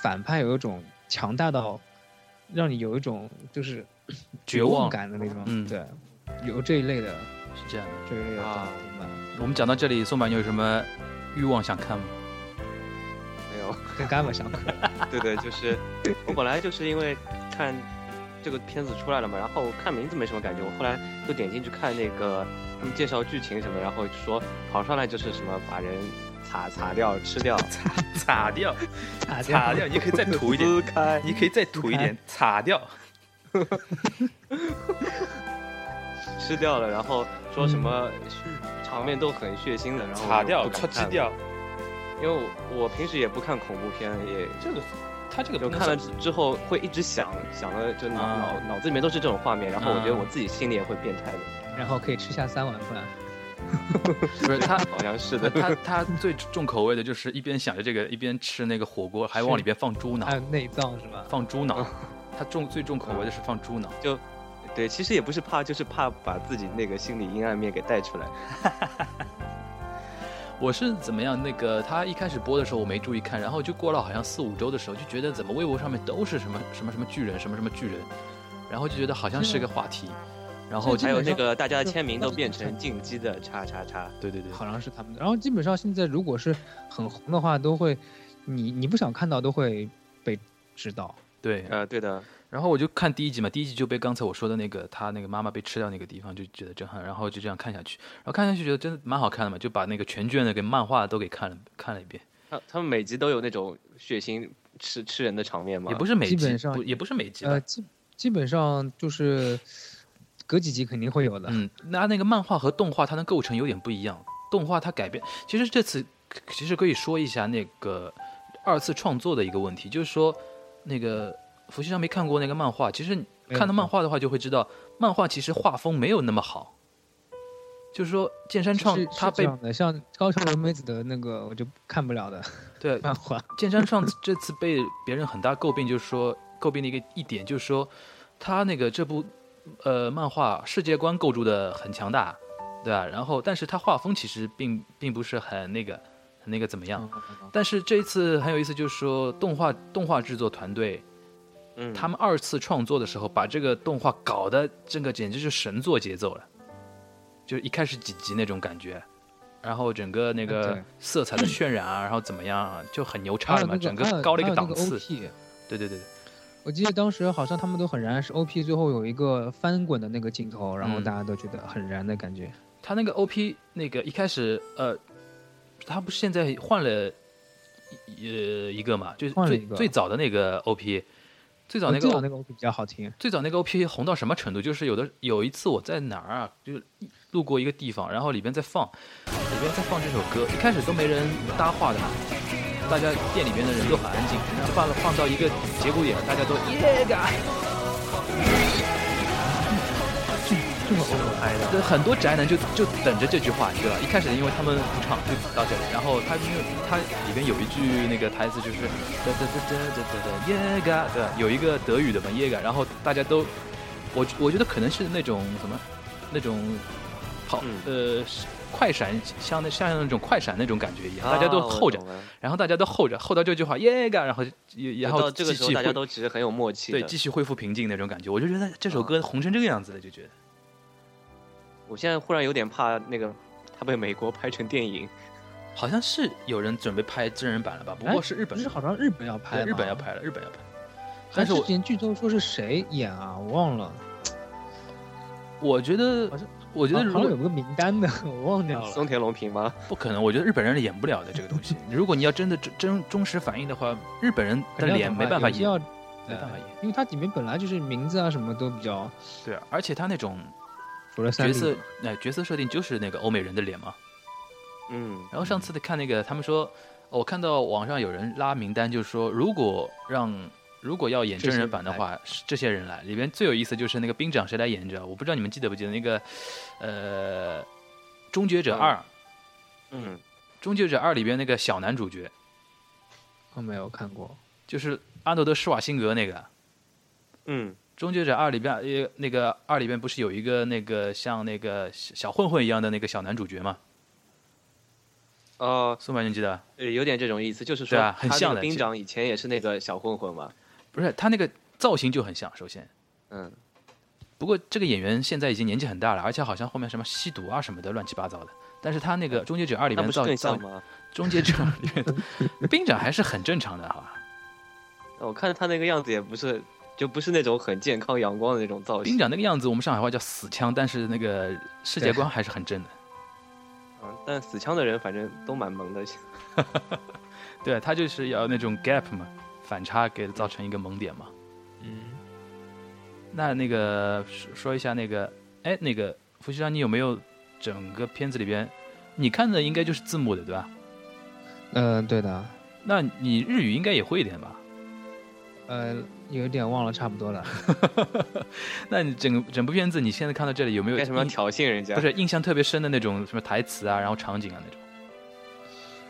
[SPEAKER 8] 反派有一种强大到让你有一种就是
[SPEAKER 6] 绝望
[SPEAKER 8] 感的那种，
[SPEAKER 6] 嗯
[SPEAKER 8] 对，有这一类的
[SPEAKER 6] 是这样的。
[SPEAKER 8] 这一类的
[SPEAKER 7] 啊
[SPEAKER 8] 动漫。
[SPEAKER 6] 我们讲到这里，宋版你有什么欲望想看吗？
[SPEAKER 7] 没有。
[SPEAKER 8] 跟伽
[SPEAKER 6] *laughs*
[SPEAKER 8] 马相关。
[SPEAKER 7] 对对，就是我本来就是因为看这个片子出来了嘛，然后看名字没什么感觉，我后来就点进去看那个他们介绍剧情什么，然后就说跑上来就是什么把人擦擦掉、吃
[SPEAKER 6] *laughs*
[SPEAKER 7] 掉、
[SPEAKER 6] 擦掉，*laughs*
[SPEAKER 8] 擦
[SPEAKER 6] 擦掉，你可以再涂一点，
[SPEAKER 7] *laughs* 撕开，
[SPEAKER 6] 你可以再涂一点，擦掉。
[SPEAKER 7] 吃掉了，然后说什么场面都很血腥的，然后
[SPEAKER 6] 擦嗯掉，
[SPEAKER 7] 超
[SPEAKER 6] 戳击，掉。
[SPEAKER 7] 因为我我平时也不看恐怖片，也
[SPEAKER 6] 这个，他这个
[SPEAKER 7] 就
[SPEAKER 6] 不能
[SPEAKER 7] 看了
[SPEAKER 6] 算
[SPEAKER 7] 之后会一直想想的，就脑
[SPEAKER 6] 啊
[SPEAKER 7] 脑脑子里面都是这种画面，然后我觉得
[SPEAKER 6] 啊
[SPEAKER 7] 我自己心里也会变态的，
[SPEAKER 8] 然后可以吃下三碗饭。
[SPEAKER 6] 不是他。
[SPEAKER 7] 好像是 *laughs* 的。
[SPEAKER 6] 他他最重口味的就是一边想着这个，一边吃那个火锅，还往里边放猪脑
[SPEAKER 8] 还，有内脏是吧？
[SPEAKER 6] 放猪脑。 *laughs* 他重最重口味的是放猪脑。
[SPEAKER 7] 对，其实也不是怕，就是怕把自己那个心理阴暗面给带出来。
[SPEAKER 6] 我是怎么样？那个他一开始播的时候我没注意看，然后就过了好像四五周的时候，就觉得怎么微博上面都是什么什么什么巨人，什么什么巨人，然后就觉得好像是个话题。然后
[SPEAKER 8] 基
[SPEAKER 6] 就
[SPEAKER 7] 还有
[SPEAKER 8] 本
[SPEAKER 7] 那
[SPEAKER 8] 上
[SPEAKER 7] 个大家的
[SPEAKER 8] 就
[SPEAKER 7] 签名
[SPEAKER 8] 那
[SPEAKER 7] 都
[SPEAKER 8] 就
[SPEAKER 7] 变
[SPEAKER 8] 是
[SPEAKER 7] 成进击的叉叉叉，
[SPEAKER 6] 对对对，
[SPEAKER 8] 好像是他们的。然后基本上现在如果是很红的话，都会，你你不想看到都会被知道。
[SPEAKER 6] 对。
[SPEAKER 7] 呃，对的，
[SPEAKER 6] 然后我就看第一集嘛，第一集就被刚才我说的那个他那个妈妈被吃掉那个地方就觉得震撼，然后就这样看下去，然后看下去觉得真的蛮好看的嘛，就把那个全卷的给漫画都给看了看了一遍，
[SPEAKER 7] 他他们每集都有那种血腥吃吃人的场面嘛。
[SPEAKER 6] 也不是每集，
[SPEAKER 8] 啊基本上
[SPEAKER 6] 不也不是每集吧，
[SPEAKER 8] 呃，基基本上就是隔几集肯定会有的。
[SPEAKER 6] 嗯，那那个漫画和动画它的构成有点不一样，动画它改变，其实这次其实可以说一下那个二次创作的一个问题，就是说那个伏羲上没看过那个漫画，其实你
[SPEAKER 8] 没有
[SPEAKER 6] 看到漫
[SPEAKER 8] 看
[SPEAKER 6] 画的话就会知道，漫画其实画风没有那么好，就是说剑山创
[SPEAKER 8] 是是
[SPEAKER 6] 他
[SPEAKER 8] 这
[SPEAKER 6] 被
[SPEAKER 8] 样的，像高桥留美子的那个我就看不了的
[SPEAKER 6] 对
[SPEAKER 8] 漫
[SPEAKER 6] *laughs*
[SPEAKER 8] 画。
[SPEAKER 6] 剑山创这次被别人很大诟病，就是说诟病的一个一点就是说，他那个这部呃漫画世界观构筑的很强大，对吧、然后，但是他画风其实并并不是很那个很那个怎么样。但是这一次很有意思，就是说动画动画制作团队
[SPEAKER 7] 嗯，
[SPEAKER 6] 他们二次创作的时候，把这个动画搞得这个简直是神作节奏了，就是一开始几集那种感觉。然后整个那个
[SPEAKER 8] 啊对
[SPEAKER 6] 色彩的渲染啊，然后怎么样啊，就很牛叉
[SPEAKER 8] 还有
[SPEAKER 6] 了嘛，
[SPEAKER 8] 那
[SPEAKER 6] 整
[SPEAKER 8] 个还有
[SPEAKER 6] 高了一
[SPEAKER 8] 还
[SPEAKER 6] 个
[SPEAKER 8] 有那
[SPEAKER 6] 档
[SPEAKER 8] 个
[SPEAKER 6] 次。
[SPEAKER 8] OP，
[SPEAKER 6] 对对对对，
[SPEAKER 8] 我记得当时好像他们都很燃，是 OP 最后有一个翻滚的那个镜头，然后
[SPEAKER 6] 嗯
[SPEAKER 8] 大家都觉得很燃的感觉。
[SPEAKER 6] 他那个 OP 那个一开始呃，他不是现在换了一呃一个嘛，就是
[SPEAKER 8] 换了
[SPEAKER 6] 最
[SPEAKER 8] 一个啊哦
[SPEAKER 6] 最早的那个 OP，最早
[SPEAKER 8] 我
[SPEAKER 6] 那
[SPEAKER 8] 记
[SPEAKER 6] 个
[SPEAKER 8] 得
[SPEAKER 6] O-
[SPEAKER 8] 那个 OP 比较好听。
[SPEAKER 6] 最早那个 OP 红到什么程度？就是有的有一次我在哪儿啊，就是路过一个地方，然后里边在放，里边在放这首歌，一开始都没人搭话的嘛，大家店里边的人都很安静，然后放了放到一个节骨眼，大家都耶嘎，
[SPEAKER 8] 这么 over 拍的，
[SPEAKER 6] 对，很多宅男就就等着这句话，你知道吧？一开始因为他们不唱就到这里，然后他因为他里边有一句那个台词就是哒哒哒哒哒哒哒耶嘎，对吧，有一个德语的嘛耶嘎，然后大家都，我我觉得可能是那种什么，那种跑、呃快闪，像那像那种快闪那种感觉一样，大家都
[SPEAKER 7] 啊我
[SPEAKER 6] 候着，
[SPEAKER 7] 懂了
[SPEAKER 6] 然后大家都候着，候到这句话耶嘎，然后就然
[SPEAKER 7] 就
[SPEAKER 6] 后
[SPEAKER 7] 到这个
[SPEAKER 6] 继
[SPEAKER 7] 时候
[SPEAKER 6] 继
[SPEAKER 7] 大家
[SPEAKER 6] 恢
[SPEAKER 7] 都其实很有默契的。
[SPEAKER 6] 对继续恢复平静那种感觉，我就觉得这首歌红成这个样子了，就觉得
[SPEAKER 7] 我现在忽然有点怕那个他被美国拍成电影，
[SPEAKER 6] 好像是有人准备拍真人版了吧？不过是日本，
[SPEAKER 8] 哎不是好像日本要
[SPEAKER 6] 对
[SPEAKER 8] 拍吗，
[SPEAKER 6] 日本要拍了，日本要拍。但
[SPEAKER 8] 但
[SPEAKER 6] 是
[SPEAKER 8] 是之
[SPEAKER 6] 我
[SPEAKER 8] 前剧透说是谁演啊？我忘了，
[SPEAKER 6] 我觉得
[SPEAKER 8] 好像，
[SPEAKER 6] 我觉得如
[SPEAKER 8] 啊好
[SPEAKER 6] 果
[SPEAKER 8] 像有个名单的， *laughs* 我忘掉了。
[SPEAKER 7] 松田龙平吗？
[SPEAKER 6] 不可能，我觉得日本人演不了的这个东西。如果你要真的真真忠实反映的话，日本人的
[SPEAKER 8] 肯定要
[SPEAKER 6] 脸
[SPEAKER 8] 找
[SPEAKER 6] 没办法
[SPEAKER 8] 有些
[SPEAKER 6] 演
[SPEAKER 8] 要，
[SPEAKER 6] 没办法演。
[SPEAKER 8] 因为它里面本来就是名字啊什么都比较，
[SPEAKER 6] 对啊，而且他那种
[SPEAKER 8] 除了三
[SPEAKER 6] 角
[SPEAKER 8] 笠
[SPEAKER 6] 色，呃，角色设定就是那个欧美人的脸嘛。
[SPEAKER 7] 嗯，
[SPEAKER 6] 然后上次的看那个，他们说，哦我看到网上有人拉名单，就是说如果让如果要演真人版的话，是这些人来。里边最有意思就是那个兵长谁来演着，我不知道你们记得不记得那个，呃，《终结者
[SPEAKER 7] 嗯
[SPEAKER 6] 二》《
[SPEAKER 7] 嗯，
[SPEAKER 6] 终结者二》里边那个小男主角，
[SPEAKER 8] 我没有看过。
[SPEAKER 6] 就是阿诺德·施瓦辛格那个。
[SPEAKER 7] 嗯，
[SPEAKER 6] 《终结者二》里边，呃，那个二里边不是有一个那个像那个小小混混一样的那个小男主角吗？
[SPEAKER 7] 哦、
[SPEAKER 6] 宋柏你记得？
[SPEAKER 7] 呃，有点这种意思，就是
[SPEAKER 6] 对
[SPEAKER 7] 说，
[SPEAKER 6] 啊很像的
[SPEAKER 7] 兵长以前也是那个小混混嘛。
[SPEAKER 6] 不是，他那个造型就很像。首先，
[SPEAKER 7] 嗯，
[SPEAKER 6] 不过这个演员现在已经年纪很大了，而且好像后面什么吸毒啊什么的乱七八糟的。但是他那个《终结者二》里
[SPEAKER 7] 嗯那
[SPEAKER 6] 面
[SPEAKER 7] 不是
[SPEAKER 6] 造
[SPEAKER 7] 更
[SPEAKER 6] 造
[SPEAKER 7] 像
[SPEAKER 6] 《
[SPEAKER 7] 吗？
[SPEAKER 6] 终结者二》里面的兵长还是很正常的啊哈、
[SPEAKER 7] *laughs* 我看他那个样子也不是，就不是那种很健康阳光的那种造
[SPEAKER 6] 兵
[SPEAKER 7] 型。
[SPEAKER 6] 长那个样子，我们上海话叫死腔，但是那个世界观还是很正的。
[SPEAKER 7] 嗯，但死枪的人反正都蛮萌的。
[SPEAKER 6] *laughs* 对他就是要那种 gap 嘛，反差给造成一个萌点嘛。
[SPEAKER 4] 嗯，
[SPEAKER 6] 那那个说说一下那个，哎，那个福西山，你有没有整个片子里边，你看的应该就是字幕的对吧？
[SPEAKER 8] 嗯、对的，
[SPEAKER 6] 那你日语应该也会一点吧？
[SPEAKER 8] 呃，有一点忘了，差不多了。
[SPEAKER 6] 那你整个整部片子你现在看到这里有没有
[SPEAKER 7] 干什么要
[SPEAKER 6] 印
[SPEAKER 7] 挑衅人家？
[SPEAKER 6] 不，是印象特别深的那种什么台词啊，然后场景啊那种，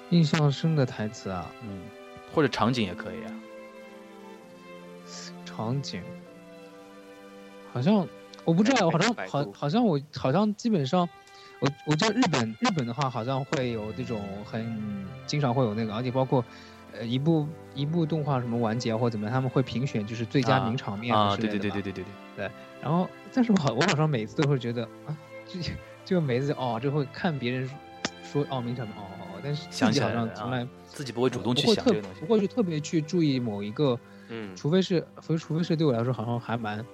[SPEAKER 8] 印象深的台词啊，
[SPEAKER 6] 嗯，或者场景也可以啊。
[SPEAKER 8] 场景，好像我不知道，
[SPEAKER 7] 百
[SPEAKER 8] 好像
[SPEAKER 7] 百
[SPEAKER 8] 好
[SPEAKER 7] 度
[SPEAKER 8] 好像我好像基本上，我我知道日本日本的话好像会有这种很经常会有那个，而且包括。呃，一部一部动画什么完结或怎么样，他们会评选就是最佳
[SPEAKER 6] 啊
[SPEAKER 8] 名场面
[SPEAKER 6] 啊，
[SPEAKER 8] 之
[SPEAKER 6] 对
[SPEAKER 8] 类
[SPEAKER 6] 对
[SPEAKER 8] 的
[SPEAKER 6] 对
[SPEAKER 8] 嘛
[SPEAKER 6] 对对对对，
[SPEAKER 8] 然后，但是我好我好像每次都会觉得啊，就就每次哦，就会看别人说哦名场面哦哦，哦但是自
[SPEAKER 6] 想
[SPEAKER 8] 己
[SPEAKER 6] 起
[SPEAKER 8] 好
[SPEAKER 6] 来了
[SPEAKER 8] 像从
[SPEAKER 6] 啊
[SPEAKER 8] 来
[SPEAKER 6] 自己不会主动
[SPEAKER 8] 不
[SPEAKER 6] 去
[SPEAKER 8] 会
[SPEAKER 6] 想
[SPEAKER 8] 特
[SPEAKER 6] 这个东西
[SPEAKER 8] 不。会去特别去注意某一个，
[SPEAKER 7] 嗯，
[SPEAKER 8] 除非是除除非是对我来说好像还蛮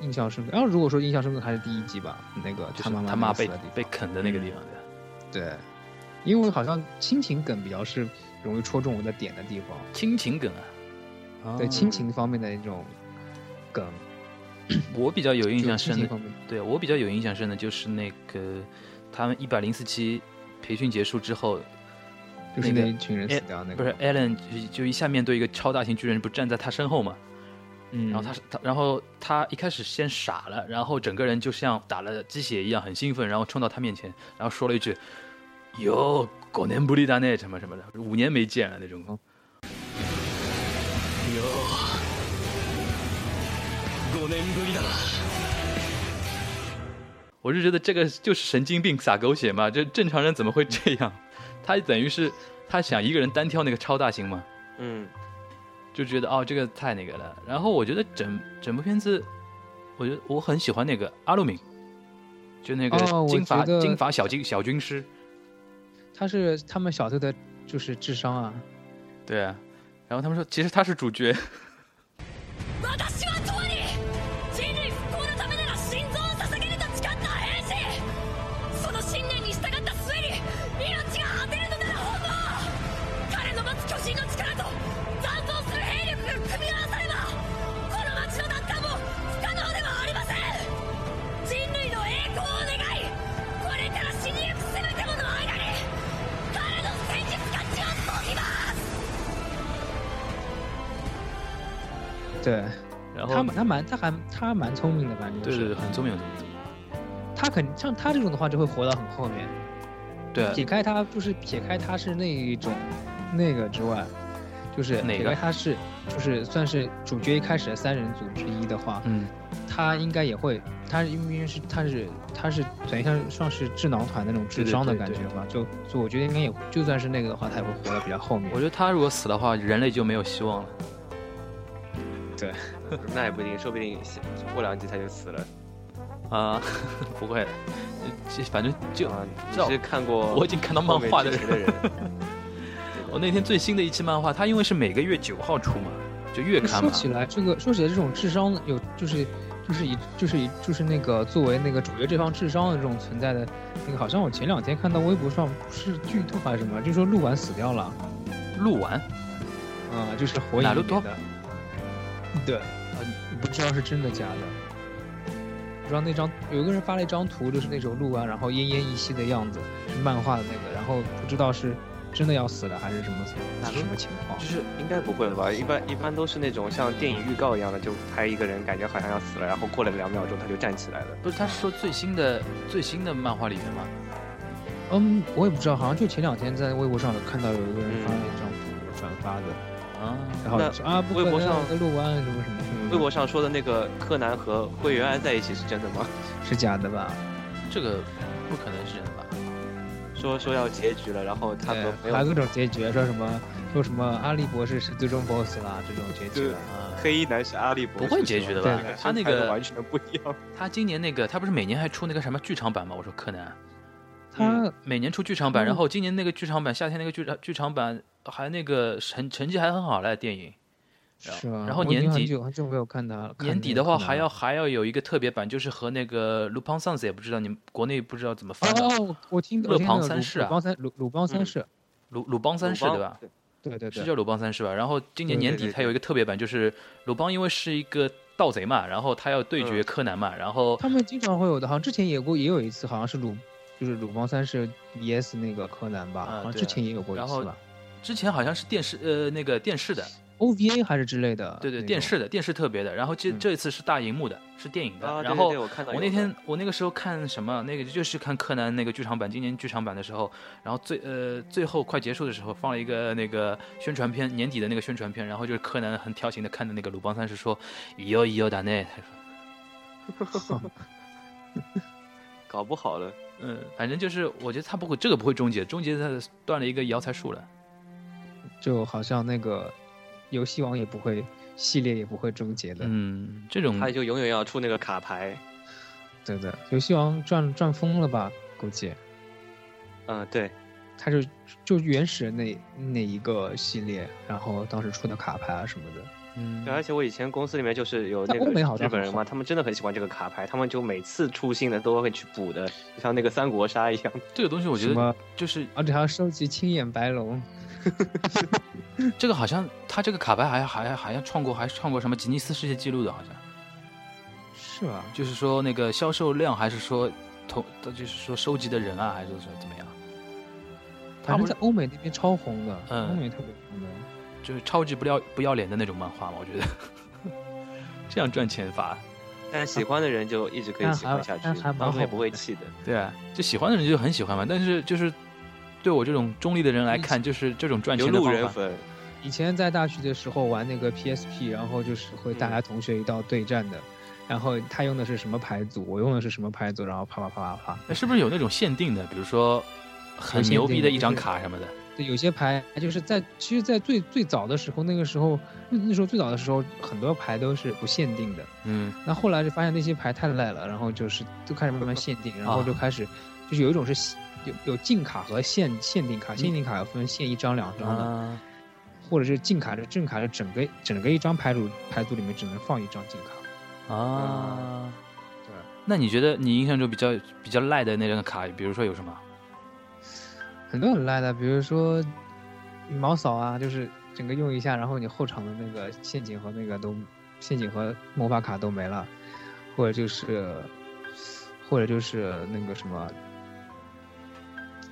[SPEAKER 8] 印象深刻。然后如果说印象深刻还是第一集吧，那个
[SPEAKER 6] 就是
[SPEAKER 8] 他妈
[SPEAKER 6] 他妈
[SPEAKER 8] 妈累死
[SPEAKER 6] 被
[SPEAKER 8] 的地方
[SPEAKER 6] 被啃的那个地方，对吧
[SPEAKER 8] 对，因为好像亲情梗比较是容易戳中我的点的地方，
[SPEAKER 6] 亲情梗啊。
[SPEAKER 8] 对亲情方面的一种梗，
[SPEAKER 6] 我比较有印
[SPEAKER 8] 就
[SPEAKER 6] 象
[SPEAKER 8] 亲
[SPEAKER 6] 深
[SPEAKER 8] 情
[SPEAKER 6] 的
[SPEAKER 8] 方面的
[SPEAKER 6] 对我比较有印象深的就是那个，他们一百零四期培训结束之后，
[SPEAKER 8] 就是
[SPEAKER 6] 那
[SPEAKER 8] 那
[SPEAKER 6] 个
[SPEAKER 8] 一群人
[SPEAKER 6] 哎
[SPEAKER 8] 死掉那个
[SPEAKER 6] 不是 Allen 就就一下面对一个超大型巨人，不站在他身后嘛？
[SPEAKER 8] 嗯，
[SPEAKER 6] 然后他是他，然后他一开始先傻了，然后整个人就像打了鸡血一样，很兴奋，然后冲到他面前，然后说了一句：“哟，狗年不利达内什么什么的，五年没见了那种。”我就觉得这个就是神经病撒狗血嘛，这正常人怎么会这样？他等于是他想一个人单挑那个超大型嘛，
[SPEAKER 7] 嗯，
[SPEAKER 6] 就觉得哦这个太那个了。然后我觉得整整部片子，我觉得我很喜欢那个阿鲁敏，就那个
[SPEAKER 8] 哦我
[SPEAKER 6] 金发、
[SPEAKER 8] 觉得
[SPEAKER 6] 金发小军小军师，
[SPEAKER 8] 他是他们小队的，就是智商啊，
[SPEAKER 6] 对啊。然后他们说其实他是主 *laughs* 角，
[SPEAKER 9] 私は共に人類復興のためなら心臓を捧げると誓った兵士その信念に従った末に命が果てるのなら本望彼の持つ巨神の力と残存する兵力が組み合わさればこの町の奪還も不可能ではありません人類の栄光を願いこれから死にゆくせめてもの間に彼の戦術価値を解きます
[SPEAKER 8] 对，
[SPEAKER 6] 然后
[SPEAKER 8] 他他蛮他还他蛮聪明的，反正就
[SPEAKER 6] 对对对，
[SPEAKER 8] 是
[SPEAKER 6] 很聪明很聪明，
[SPEAKER 8] 他肯像他这种的话就会活到很后面。
[SPEAKER 6] 对
[SPEAKER 8] 撇开他就是撇开他是那一种那个之外，就是
[SPEAKER 6] 哪
[SPEAKER 8] 撇
[SPEAKER 6] 个
[SPEAKER 8] 开他是就是算是主角一开始的三人组之一的话，
[SPEAKER 6] 嗯
[SPEAKER 8] 他应该也会，他因为是他是他是等于像算是智囊团那种智商的
[SPEAKER 6] 对对
[SPEAKER 8] 感
[SPEAKER 6] 对
[SPEAKER 8] 觉吧，就就我觉得应该也就算是那个的话，他也会活得比较后面
[SPEAKER 6] 我。觉得他如果死的话，人类就没有希望了。
[SPEAKER 7] 那也不一定，说不定过两集他就死了。
[SPEAKER 6] 啊、 *laughs* 不会的，这反正就
[SPEAKER 7] 啊，
[SPEAKER 6] 知道
[SPEAKER 7] 你是看过
[SPEAKER 6] 我已经看到漫画的人
[SPEAKER 7] 后面剧情的人，
[SPEAKER 6] 我那天最新的一期漫画，它因为是每个月九号出嘛，就月刊 *laughs*
[SPEAKER 8] 说
[SPEAKER 6] 嘛，
[SPEAKER 8] 起来，这个说起来，这种智商有就是就是以就是以就是那个作为那个主角这方智商的这种存在的那个，好像我前两天看到微博上不是剧透还是什么，就说鹿丸死掉了，啊、
[SPEAKER 6] 录完
[SPEAKER 8] 嗯就是火影
[SPEAKER 6] 哪
[SPEAKER 8] 里
[SPEAKER 6] 路多
[SPEAKER 8] 面的。对，啊，不知道是真的假的。不知道那张有一个人发了一张图，就是那种鹿丸然后奄奄一息的样子，是漫画的那个，然后不知道是真的要死了还是什么
[SPEAKER 7] 哪路
[SPEAKER 8] 什么情况
[SPEAKER 7] 就。是应该不会了吧？一般一般都是那种像电影预告一样的，就拍一个人感觉好像要死了，然后过了两秒钟他就站起来了。
[SPEAKER 6] 不是他是说最新的最新的漫画里面吗？
[SPEAKER 8] 嗯，我也不知道，好像就前两天在微博上有看到有一个人发了一张图转发的，
[SPEAKER 6] 啊，
[SPEAKER 8] 然后就说啊，不可
[SPEAKER 7] 微博
[SPEAKER 8] 能
[SPEAKER 7] 上
[SPEAKER 8] 的录完什么什么什么，
[SPEAKER 7] 微博上说的那个柯南和灰原哀在一起是真的吗？ *laughs*
[SPEAKER 8] 是假的吧？
[SPEAKER 6] 这个不可能是真的吧？
[SPEAKER 7] 说说要结局了，然后他和
[SPEAKER 8] 对，
[SPEAKER 7] 没
[SPEAKER 8] 还有各
[SPEAKER 7] 有
[SPEAKER 8] 种结局，说什么说什么阿笠博士是最终 BOSS 啦，这种结局
[SPEAKER 7] 嗯
[SPEAKER 8] 啦。
[SPEAKER 6] 啊，
[SPEAKER 7] 黑衣男是阿笠博士，
[SPEAKER 6] 不会结局的
[SPEAKER 7] *laughs*
[SPEAKER 8] 吧
[SPEAKER 7] 是吗
[SPEAKER 6] 他那个
[SPEAKER 7] 拍得完全不一
[SPEAKER 6] *laughs*
[SPEAKER 7] 样。
[SPEAKER 6] 他今年那个他不是每年还出那个什么剧场版吗？我说柯南
[SPEAKER 8] 他
[SPEAKER 6] 每年出剧场版，
[SPEAKER 8] 嗯
[SPEAKER 6] 然后今年那个剧场版夏天那个剧场剧场版还那个成成绩还很好嘞，电影。
[SPEAKER 8] 是吧？
[SPEAKER 6] 然后
[SPEAKER 8] 我已经
[SPEAKER 6] 年
[SPEAKER 8] 很
[SPEAKER 6] 底
[SPEAKER 8] 久很久没有看他了。看
[SPEAKER 6] 年
[SPEAKER 8] 那
[SPEAKER 6] 底
[SPEAKER 8] 个
[SPEAKER 6] 的话
[SPEAKER 8] 柯南
[SPEAKER 6] 还
[SPEAKER 8] 了
[SPEAKER 6] 要还要有一个特别版，就是和那个《鲁邦三世》也不知道你们国内不知道怎么翻的，
[SPEAKER 8] 哦哦，我听
[SPEAKER 6] 勒
[SPEAKER 8] 我听
[SPEAKER 6] 庞
[SPEAKER 8] 那个
[SPEAKER 6] 三
[SPEAKER 8] 鲁
[SPEAKER 6] 世
[SPEAKER 8] 鲁
[SPEAKER 6] 啊
[SPEAKER 8] 邦三鲁鲁邦三
[SPEAKER 7] 嗯
[SPEAKER 8] 世，
[SPEAKER 6] 鲁鲁邦三世
[SPEAKER 7] 鲁邦
[SPEAKER 6] 对吧？？
[SPEAKER 8] 对对
[SPEAKER 6] 是
[SPEAKER 8] 对，
[SPEAKER 6] 叫鲁邦三世吧？然后今年
[SPEAKER 8] 对对
[SPEAKER 6] 年
[SPEAKER 7] 对
[SPEAKER 6] 底
[SPEAKER 7] 对
[SPEAKER 6] 他有一个特别版，就是鲁邦因为是一个盗贼嘛，然后他要对决
[SPEAKER 7] 嗯
[SPEAKER 6] 柯南嘛，然后
[SPEAKER 8] 他们经常会有的，好像之前也有过，也有一次，好像是鲁，就是鲁邦三世 VS 那个柯南吧，
[SPEAKER 6] 啊
[SPEAKER 8] 好像
[SPEAKER 6] 对
[SPEAKER 8] 之前也有过一
[SPEAKER 6] 然
[SPEAKER 8] 次
[SPEAKER 6] 后
[SPEAKER 8] 吧
[SPEAKER 6] 之前好像是电视呃那个电视的，
[SPEAKER 8] ，OVA 还是之类的，
[SPEAKER 6] 对对电，视的电视特别的，然后这
[SPEAKER 8] 嗯
[SPEAKER 6] 这一次是大荧幕的，是电影的，
[SPEAKER 7] 啊，对
[SPEAKER 6] 然
[SPEAKER 7] 对
[SPEAKER 6] 后
[SPEAKER 7] 对我看到
[SPEAKER 6] 我
[SPEAKER 7] 有
[SPEAKER 6] 那
[SPEAKER 7] 的
[SPEAKER 6] 天我那个时候看什么那个就是看柯南那个剧场版，今年剧场版的时候，然后最呃最后快结束的时候放了一个那个宣传片，年底的那个宣传片，然后就是柯南很调情的看的那个鲁邦三世说以哟以哟达内，他说
[SPEAKER 7] 搞不好了。
[SPEAKER 6] 嗯，反正就是我觉得他不会这个不会终结，终结他断了一个摇财树了，
[SPEAKER 8] 就好像那个游戏王也不会，系列也不会终结的，
[SPEAKER 6] 嗯，这种
[SPEAKER 7] 他就永远要出那个卡牌。
[SPEAKER 8] 对的，游戏王赚赚疯了吧，估计，
[SPEAKER 7] 嗯，对，
[SPEAKER 8] 他就就原始那那一个系列，然后当时出的卡牌啊什么的，
[SPEAKER 6] 嗯
[SPEAKER 7] 对而且我以前公司里面就是有
[SPEAKER 8] 在
[SPEAKER 7] 那
[SPEAKER 8] 欧美好
[SPEAKER 7] 个
[SPEAKER 8] 像
[SPEAKER 7] 日本
[SPEAKER 8] 很
[SPEAKER 7] 人嘛，
[SPEAKER 8] 火
[SPEAKER 7] 他们真的很喜欢这个卡牌，他们就每次出新的都会去补的，就像那个三国杀一
[SPEAKER 6] *laughs*
[SPEAKER 7] 样。
[SPEAKER 6] 这个东西我觉
[SPEAKER 8] 什
[SPEAKER 6] 得
[SPEAKER 8] 么
[SPEAKER 6] 就是
[SPEAKER 8] 而且还要啊收集青眼白龙，
[SPEAKER 6] 这个好像他这个卡牌还还还还创过还创过什么吉尼斯世界纪录的，好像
[SPEAKER 8] 是吧？
[SPEAKER 6] 就是说那个销售量还是说同就是说收集的人啊，还是说怎么样，
[SPEAKER 8] 反正在欧美那边超红的，
[SPEAKER 6] 嗯
[SPEAKER 8] 欧美特别红的。
[SPEAKER 6] 就是超级不要不要脸的那种漫画嘛，我觉得 *laughs* 这样赚钱法，
[SPEAKER 7] 但喜欢的人就一直可以
[SPEAKER 8] 但
[SPEAKER 7] 喜欢
[SPEAKER 8] 还
[SPEAKER 7] 下去
[SPEAKER 8] 但还，蛮
[SPEAKER 7] 他们也
[SPEAKER 8] 好
[SPEAKER 7] 不会气的。
[SPEAKER 6] 对啊，就喜欢的人就很喜欢嘛，但是就是对我这种中立的人来看，就是这种赚
[SPEAKER 7] 嗯有
[SPEAKER 6] 钱的
[SPEAKER 7] 路
[SPEAKER 6] 方
[SPEAKER 7] 人
[SPEAKER 6] 法。
[SPEAKER 7] 粉，
[SPEAKER 8] 以前在大学的时候玩那个 PSP，然后就是会大家同学一道对战的，然后他用的是什么牌组，我用的是什么牌组，然后啪啪啪啪啪。
[SPEAKER 6] 哎那是不是有那种限定的？比如说很牛逼的一张卡什么的，
[SPEAKER 8] 对，有些牌就是在其实，在最最早的时候，那个时候那那时候最早的时候，很多牌都是不限定的。
[SPEAKER 6] 嗯，
[SPEAKER 8] 那后来就发现那些牌太赖了，然后就是就开始慢慢限定，然后就开始就是有一种是限有有禁卡和限限定卡，限定卡有分限一张两张的，
[SPEAKER 6] 啊，
[SPEAKER 8] 或者是禁卡的正卡的整个整个一张牌组牌组里面只能放一张禁卡。
[SPEAKER 6] 啊，
[SPEAKER 8] 对。
[SPEAKER 6] 那你觉得你印象中比较比较赖的那张卡，比如说有什么？
[SPEAKER 8] 很多很赖的，比如说羽毛扫啊，就是整个用一下，然后你后场的那个陷阱和那个都陷阱和魔法卡都没了，或者就是或者就是那个什么。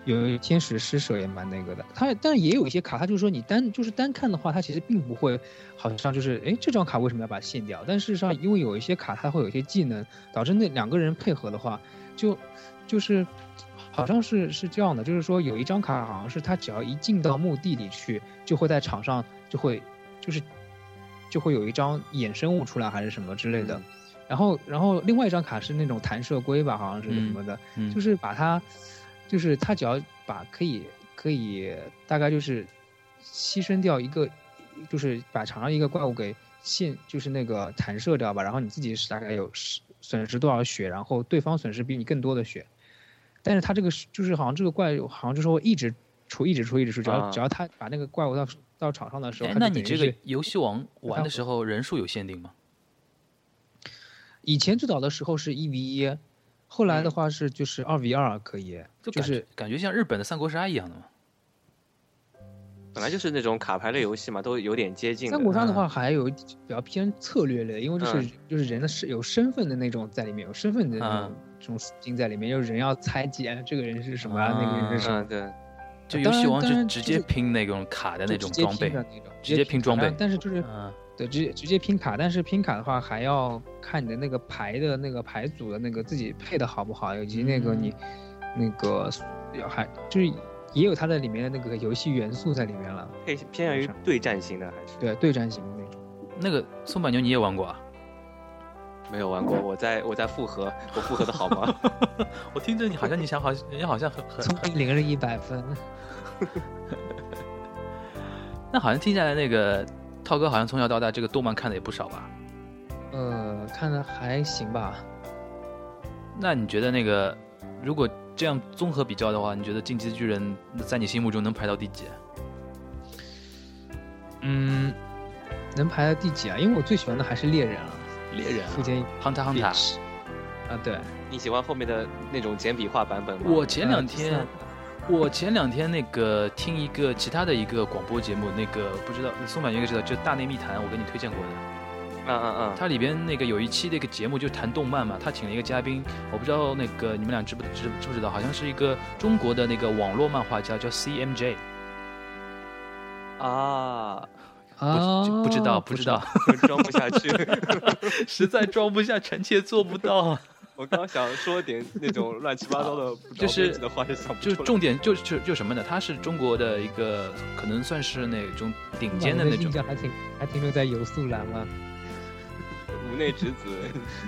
[SPEAKER 8] 有天使施舍也蛮那个的，它但也有一些卡，它就是说你单就是单看的话，它其实并不会好像就是哎这张卡为什么要把它限掉？但事实上，因为有一些卡它会有一些技能，导致那两个人配合的话，就就是好像是是这样的，就是说有一张卡好像是他只要一进到墓地里去，就会在场上就会就是就会有一张衍生物出来还是什么之类的。然后，然后另外一张卡是那种弹射龟吧，好像是什么的，
[SPEAKER 6] 嗯
[SPEAKER 8] 就是把它，就是它只要把可以可以大概就是牺牲掉一个，就是把场上一个怪物给限，就是那个弹射掉吧，然后你自己是大概有十损失多少血，然后对方损失比你更多的血，但是它这个是就是好像这个怪物好像就是会一直出一直出一直出，只要、
[SPEAKER 7] 啊
[SPEAKER 8] 只要它把那个怪物到到场上的时候，
[SPEAKER 6] 哎
[SPEAKER 8] 它就
[SPEAKER 6] 那你
[SPEAKER 8] 等于
[SPEAKER 6] 这个
[SPEAKER 8] 是
[SPEAKER 6] 游戏王玩
[SPEAKER 8] 看
[SPEAKER 6] 的时候人数有限定吗？
[SPEAKER 8] 以前最早的时候是一 v 一，后来的话是就是二 v 二可以，就
[SPEAKER 6] 嗯感觉
[SPEAKER 8] 是
[SPEAKER 6] 感觉像日本的三国杀一样的嘛。
[SPEAKER 7] 本来就是那种卡牌类游戏嘛，都有点接近的
[SPEAKER 8] 三。国
[SPEAKER 6] 嗯
[SPEAKER 8] 杀的话还有比较偏策略类，因为就是、
[SPEAKER 7] 嗯
[SPEAKER 8] 就是人的是有身份的那种在里面，有身份的那种、
[SPEAKER 6] 嗯
[SPEAKER 8] 这种属性在里面，就是人要猜忌哎这个人是什么啊，那个人是什么，
[SPEAKER 7] 嗯，对，
[SPEAKER 6] 就游
[SPEAKER 8] 啊当
[SPEAKER 6] 戏
[SPEAKER 8] 然
[SPEAKER 6] 王
[SPEAKER 8] 当
[SPEAKER 6] 就
[SPEAKER 8] 然
[SPEAKER 6] 直
[SPEAKER 8] 就
[SPEAKER 6] 接
[SPEAKER 8] 是
[SPEAKER 6] 拼那种卡的
[SPEAKER 8] 就
[SPEAKER 6] 那种
[SPEAKER 8] 直接
[SPEAKER 6] 装备
[SPEAKER 8] 拼。的那种，
[SPEAKER 6] 直接拼装
[SPEAKER 8] 卡
[SPEAKER 6] 备
[SPEAKER 8] 但但是就是
[SPEAKER 6] 嗯
[SPEAKER 8] 对，直接直接拼卡，但是拼卡的话还要看你的那个牌的那个牌组的那个自己配的好不好，以及那个
[SPEAKER 6] 嗯
[SPEAKER 8] 你、那个要还就是也有它的里面的那个游戏元素在里面了，
[SPEAKER 7] 偏偏向于对战型的还是
[SPEAKER 8] 对对战型的那种。
[SPEAKER 6] 那个松板牛你也玩过啊？
[SPEAKER 7] 没有玩过。我在我在复合，我复合的好吗？
[SPEAKER 8] *laughs*
[SPEAKER 6] 我听着你好像你想好，人家好像很很
[SPEAKER 8] 从零了一百分，
[SPEAKER 6] 那好像听下来，那个涛哥好像从小到大这个动漫看的也不少吧？
[SPEAKER 8] 呃，看的还行吧。
[SPEAKER 6] 那你觉得那个如果这样综合比较的话，你觉得《进击的巨人》在你心目中能排到第几？
[SPEAKER 8] 嗯，能排到第几啊？因为我最喜欢的还是猎人啊，
[SPEAKER 6] 猎人
[SPEAKER 8] 富坚义
[SPEAKER 6] 《Hunter x
[SPEAKER 8] 博
[SPEAKER 6] Hunter》。
[SPEAKER 8] 啊，对，
[SPEAKER 7] 你喜欢后面的那种简笔画版本吗？
[SPEAKER 6] 我前两
[SPEAKER 8] 呃第
[SPEAKER 6] 天
[SPEAKER 8] 三，
[SPEAKER 6] *laughs* 我前两天那个听一个其他的一个广播节目，那个不知道松板应该知道，就《大内密谈》，我给你推荐过的。
[SPEAKER 7] 嗯嗯
[SPEAKER 6] 它里边那个有一期那个节目就谈动漫嘛，他请了一个嘉宾，我不知道那个你们俩知不知知不知道，好像是一个中国的那个网络漫画家叫 CMJ，
[SPEAKER 7] 嗯啊，
[SPEAKER 6] 不知不知道
[SPEAKER 8] 啊
[SPEAKER 6] 不知道，，
[SPEAKER 7] 装哦不下去。
[SPEAKER 6] *laughs*
[SPEAKER 7] *laughs*
[SPEAKER 6] 实在装不下，臣妾做不
[SPEAKER 7] *laughs*
[SPEAKER 6] 到。
[SPEAKER 7] 我刚想说点那种乱七八糟的，不着
[SPEAKER 6] 就是
[SPEAKER 7] 边际的话，就想不
[SPEAKER 6] 就是
[SPEAKER 7] 出来
[SPEAKER 6] 重点就是就就什么呢？他是中国的一个可能算是那种顶尖的
[SPEAKER 8] 我
[SPEAKER 6] 那
[SPEAKER 8] 的
[SPEAKER 6] 种
[SPEAKER 8] 哦印，象还停还停留在游素兰吗？
[SPEAKER 7] 无内之子，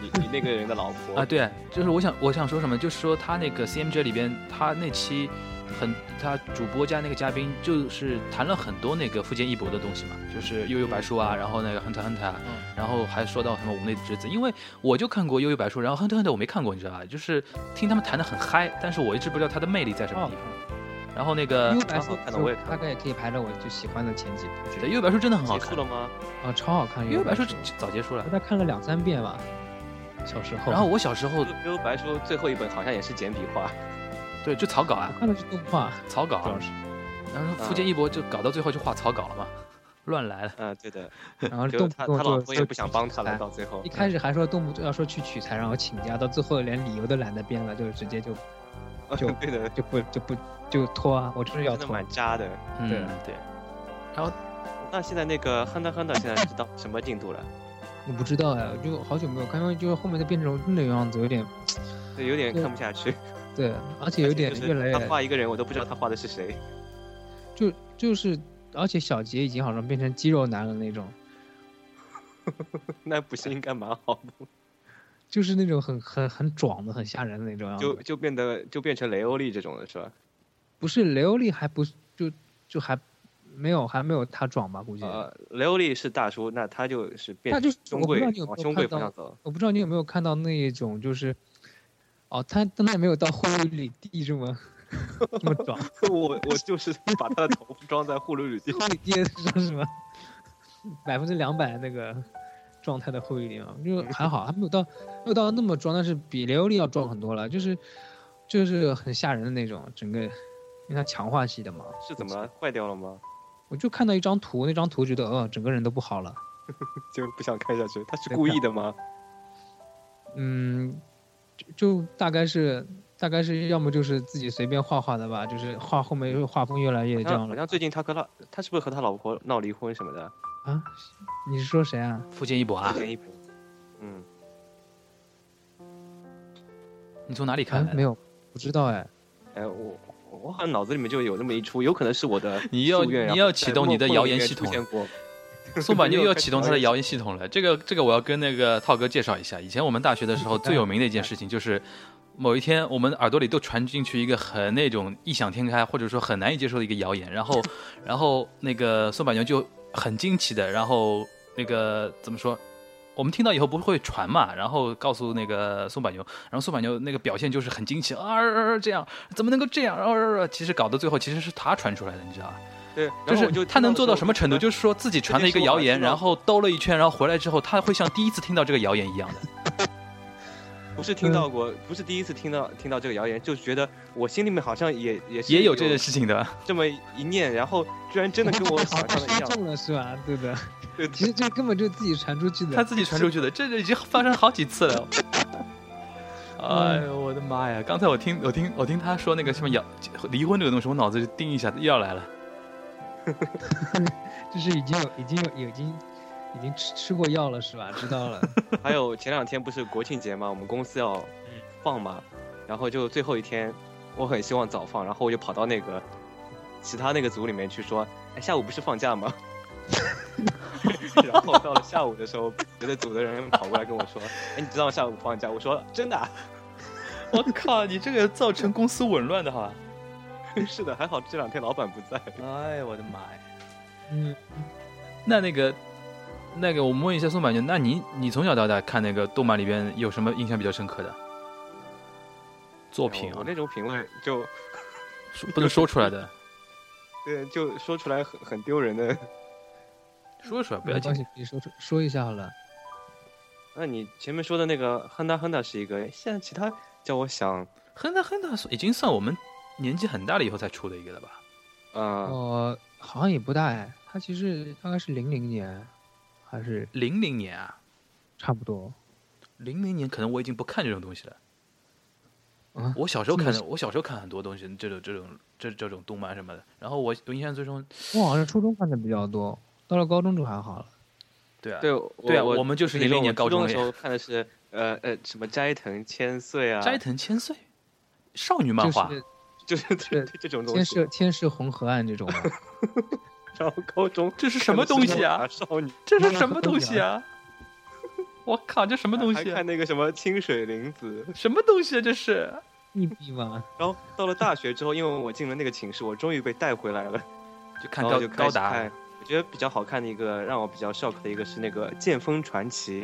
[SPEAKER 7] 你你那个人的老婆
[SPEAKER 6] 啊，，对，就是我想我想说什么，就是说他那个 CMJ 里边，他那期很他主播加那个嘉宾，就是谈了很多那个富坚义博的东西嘛，就是悠悠白书啊，然后那个 Hunter x Hunter，啊然后还说到什么无内之子，因为我就看过悠悠白书，然后 Hunter x Hunter 我没看过，你知道吧？就是听他们谈的很嗨，但是我一直不知道它的魅力在什么地
[SPEAKER 8] 哦
[SPEAKER 6] 方。然后那个
[SPEAKER 8] 幽白
[SPEAKER 7] 蛮
[SPEAKER 8] 素
[SPEAKER 7] 好看的我也看
[SPEAKER 8] 大概也可以排到我就喜欢的前几部
[SPEAKER 6] 对悠悠白书真的很好
[SPEAKER 7] 结束
[SPEAKER 6] 看
[SPEAKER 7] 了，吗？
[SPEAKER 8] 啊，超好看。
[SPEAKER 6] 悠悠白书
[SPEAKER 8] 书
[SPEAKER 6] 早结束了
[SPEAKER 8] 我。大概看了两三遍吧，小时候。
[SPEAKER 6] 然后我小时候
[SPEAKER 7] 悠悠白书最后一本好像也是简笔画，
[SPEAKER 6] 对就草稿啊
[SPEAKER 8] 我，看的是动画，
[SPEAKER 6] 草稿
[SPEAKER 8] 主
[SPEAKER 6] 啊
[SPEAKER 8] 要，是，
[SPEAKER 6] 然后富坚义博就搞到最后就画草稿了嘛，乱来了。
[SPEAKER 7] 嗯，对的，
[SPEAKER 8] 然后
[SPEAKER 7] 就
[SPEAKER 8] 啊动
[SPEAKER 7] 他
[SPEAKER 8] 不
[SPEAKER 7] 他
[SPEAKER 8] 动
[SPEAKER 7] 老
[SPEAKER 8] 就
[SPEAKER 7] 婆也不想帮他了，
[SPEAKER 8] 哎
[SPEAKER 7] 到最后 *laughs*
[SPEAKER 8] 一开始还说动不动要说去取材，然后请假，到最后连理由都懒得编了，就直接就
[SPEAKER 7] 嗯
[SPEAKER 8] 就
[SPEAKER 7] 对的，
[SPEAKER 8] 就不就不就拖啊！我真是要
[SPEAKER 7] 真的
[SPEAKER 8] 拖。
[SPEAKER 7] 蛮渣的。
[SPEAKER 6] 嗯
[SPEAKER 8] 对
[SPEAKER 6] 对。
[SPEAKER 7] 那现在那个《Hunter x Hunter》现在是到什么进度了？
[SPEAKER 8] 我不知道哎，我就好久没有看，因为就是后面的变成那个样子，有点
[SPEAKER 7] 就有点看不下去，
[SPEAKER 8] 对，而且有点
[SPEAKER 7] 就是
[SPEAKER 8] 越来
[SPEAKER 7] 他
[SPEAKER 8] 越
[SPEAKER 7] 画一个人，我都不知道他画的是谁。 *laughs*
[SPEAKER 8] 就就是，而且小杰已经好像变成肌肉男了那种，
[SPEAKER 7] 那不是应该蛮好的？
[SPEAKER 8] 就是那种很很很壮的、很吓人的那种样
[SPEAKER 7] 就
[SPEAKER 8] 子。
[SPEAKER 7] 就变得就变成雷欧利这种了，是吧？
[SPEAKER 8] 不是雷欧利还不就就还没有还没有他壮吧？估计。
[SPEAKER 7] 呃，雷欧利是大叔，那他就是变
[SPEAKER 8] 那就是
[SPEAKER 7] 中
[SPEAKER 8] 我不
[SPEAKER 7] 贵
[SPEAKER 8] 知道你有没
[SPEAKER 7] 往
[SPEAKER 8] 有
[SPEAKER 7] 中贵
[SPEAKER 8] 看到
[SPEAKER 7] 方向走。 *laughs*
[SPEAKER 8] 我不知道你有没有看到那一种就是，哦，他他那也没有到后里地这么 *laughs* 这么壮，
[SPEAKER 7] 我我就是把他的头装在护噜里地，
[SPEAKER 8] 后里地
[SPEAKER 7] *laughs*
[SPEAKER 8] 是什么百分之两百那个状态的后一点啊，就
[SPEAKER 7] 嗯
[SPEAKER 8] 还好，还没有到没有到那么壮，但是比雷欧利要壮很多了，就是就是很吓人的那种，整个因为他强化系的嘛，
[SPEAKER 7] 是怎么了？坏掉了吗？
[SPEAKER 8] 我就看到一张图，那张图觉得呃整个人都不好了，
[SPEAKER 7] 就不想看下去，他是故意的吗？
[SPEAKER 8] 嗯，就就大概是。大概是要么就是自己随便画画的吧，就是画后面又画风越来越
[SPEAKER 7] 好
[SPEAKER 8] 这样
[SPEAKER 7] 像
[SPEAKER 8] 了
[SPEAKER 7] 好。像最近他和他他是不是和他老婆闹离婚什么的？
[SPEAKER 8] 啊，你是说谁啊？
[SPEAKER 6] 富坚义博啊，
[SPEAKER 7] 前一部嗯，
[SPEAKER 6] 你从哪里
[SPEAKER 8] 啊
[SPEAKER 6] 看来，的？
[SPEAKER 8] 没有，不知道哎。
[SPEAKER 7] 哎，我我好像脑子里面就有那么一出，有可能是我的
[SPEAKER 6] *laughs* 你要
[SPEAKER 7] 夙愿
[SPEAKER 6] 你
[SPEAKER 7] 然后
[SPEAKER 6] 要
[SPEAKER 7] 在
[SPEAKER 6] 启动你的
[SPEAKER 7] 梦
[SPEAKER 6] 谣言
[SPEAKER 7] 梦里面
[SPEAKER 6] 系
[SPEAKER 7] 出
[SPEAKER 6] 统
[SPEAKER 7] 现过
[SPEAKER 6] 松坂牛又启动他的谣言系统了。这个这个我要跟那个涛哥介绍一下。以前我们大学的时
[SPEAKER 8] 嗯
[SPEAKER 6] 候
[SPEAKER 8] 哎
[SPEAKER 6] 最有名的一件事情就是，某一天我们耳朵里都传进去一个很那种异想天开或者说很难以接受的一个谣言，然后 *laughs* 然后那个松坂牛就很惊奇的，然后那个怎么说？我们听到以后不会传嘛，然后告诉那个松坂牛，然后松坂牛那个表现就是很惊奇啊啊啊啊这样怎么能够这样？啊啊啊！其实搞到最后其实是他传出来的，你知道吧？
[SPEAKER 7] 对，
[SPEAKER 6] 就
[SPEAKER 7] 然后我
[SPEAKER 6] 是
[SPEAKER 7] 就
[SPEAKER 6] 他能做到什么程度？就是是说自己传了一个谣言，
[SPEAKER 7] 这件事我知道
[SPEAKER 6] 然后兜了一圈，然后回来之后，他会像第一次听到这个谣言一样的。
[SPEAKER 7] 不是听
[SPEAKER 6] 嗯
[SPEAKER 7] 到过，不是第一次听到听到这个谣言，就是觉得我心里面好像也也是
[SPEAKER 6] 也有这
[SPEAKER 7] 这
[SPEAKER 6] 件事情的，
[SPEAKER 7] 这么一念，然后居然真的跟我想象的一
[SPEAKER 8] *laughs* 他
[SPEAKER 7] 样。
[SPEAKER 8] 中了是吧？对的，
[SPEAKER 7] *laughs* 对
[SPEAKER 8] 其实这根本就自己传出去的。
[SPEAKER 6] 他自己传出去的，这已经发生好几次了。哎呦我的妈呀！刚才我听我听我听他说那个什么谣离婚这个东西，我脑子就叮一下子又要来了。
[SPEAKER 8] 就是已经有已经有已经已经吃吃过药了
[SPEAKER 7] *laughs*
[SPEAKER 8] 是吧？知道了，
[SPEAKER 7] 还有前两天不是国庆节嘛，我们公司要放嘛，然后就最后一天，我很希望早放，然后我就跑到那个其他那个组里面去说，哎，下午不是放假吗？ *laughs* 然后到了下午的时候，别的组的人跑过来跟我说，哎，你知道下午放假？我说真的啊、 *laughs*
[SPEAKER 6] 我靠！你这个造成公司紊乱的哈。
[SPEAKER 7] 是的，还好这两天老板不在。
[SPEAKER 6] 哎呦我的妈呀！
[SPEAKER 8] 嗯，
[SPEAKER 6] 那那个那个，我们问一下宋板牛，那你你从小到大看那个动漫里边有什么印象比较深刻的作品啊
[SPEAKER 7] 我？那种品味就
[SPEAKER 6] 说不能说出来的，
[SPEAKER 7] 对，就说出来很很丢人的。
[SPEAKER 6] 说出来不要
[SPEAKER 8] 没
[SPEAKER 6] 紧
[SPEAKER 8] 关。系，你说说一下好了。
[SPEAKER 7] 那你前面说的那个亨达亨达是一个，现在其他叫我想，
[SPEAKER 6] 亨达亨达已经算我们年纪很大了以后才出的一个了吧？
[SPEAKER 7] 呃，
[SPEAKER 8] 我好像也不大哎，他其实大概是零零年，还是
[SPEAKER 6] 零零年啊，
[SPEAKER 8] 差不多。
[SPEAKER 6] 零零年可能我已经不看这种东西了。
[SPEAKER 8] 啊
[SPEAKER 6] 我小时候看
[SPEAKER 8] 这
[SPEAKER 6] 的，我小时候看很多东西，这种这种这这种动漫什么的。然后我我印象最深，
[SPEAKER 8] 我好像初中看的比较多，到了高中就还好了。
[SPEAKER 6] 对啊，
[SPEAKER 7] 对
[SPEAKER 6] 对啊
[SPEAKER 7] 我
[SPEAKER 6] 我们就是
[SPEAKER 7] 比如
[SPEAKER 6] 零零年
[SPEAKER 7] 我
[SPEAKER 6] 高
[SPEAKER 7] 初
[SPEAKER 6] 中
[SPEAKER 7] 中的时
[SPEAKER 6] 的呀
[SPEAKER 7] 候看的是呃呃什么斋藤千岁啊，
[SPEAKER 6] 斋藤千岁，少女漫画
[SPEAKER 8] 就，是
[SPEAKER 7] 就是对对 *laughs* 这种东
[SPEAKER 8] 天
[SPEAKER 7] 西。
[SPEAKER 8] 是天是红河岸这种嘛，
[SPEAKER 7] 然后高中
[SPEAKER 6] 这 *laughs* 是什么东西啊
[SPEAKER 7] 看的是魔法少女
[SPEAKER 6] *laughs* 这是什么东西
[SPEAKER 8] *laughs*
[SPEAKER 6] 啊？ *laughs* 我靠，这什么东
[SPEAKER 7] 还
[SPEAKER 6] 西啊？
[SPEAKER 7] 看那个什么清水玲子。
[SPEAKER 6] 什么东西啊？这是
[SPEAKER 8] 硬币嘛。
[SPEAKER 7] 然后到了大学之后，因为我进了那个寝室，我终于被带回来了。
[SPEAKER 6] 就看
[SPEAKER 7] 然
[SPEAKER 6] 高
[SPEAKER 7] 后哦就开
[SPEAKER 6] 高
[SPEAKER 7] 始
[SPEAKER 6] 达
[SPEAKER 7] 看。我觉得比较好看的一个，让我比较 shock 的一个是那个《剑锋传奇》。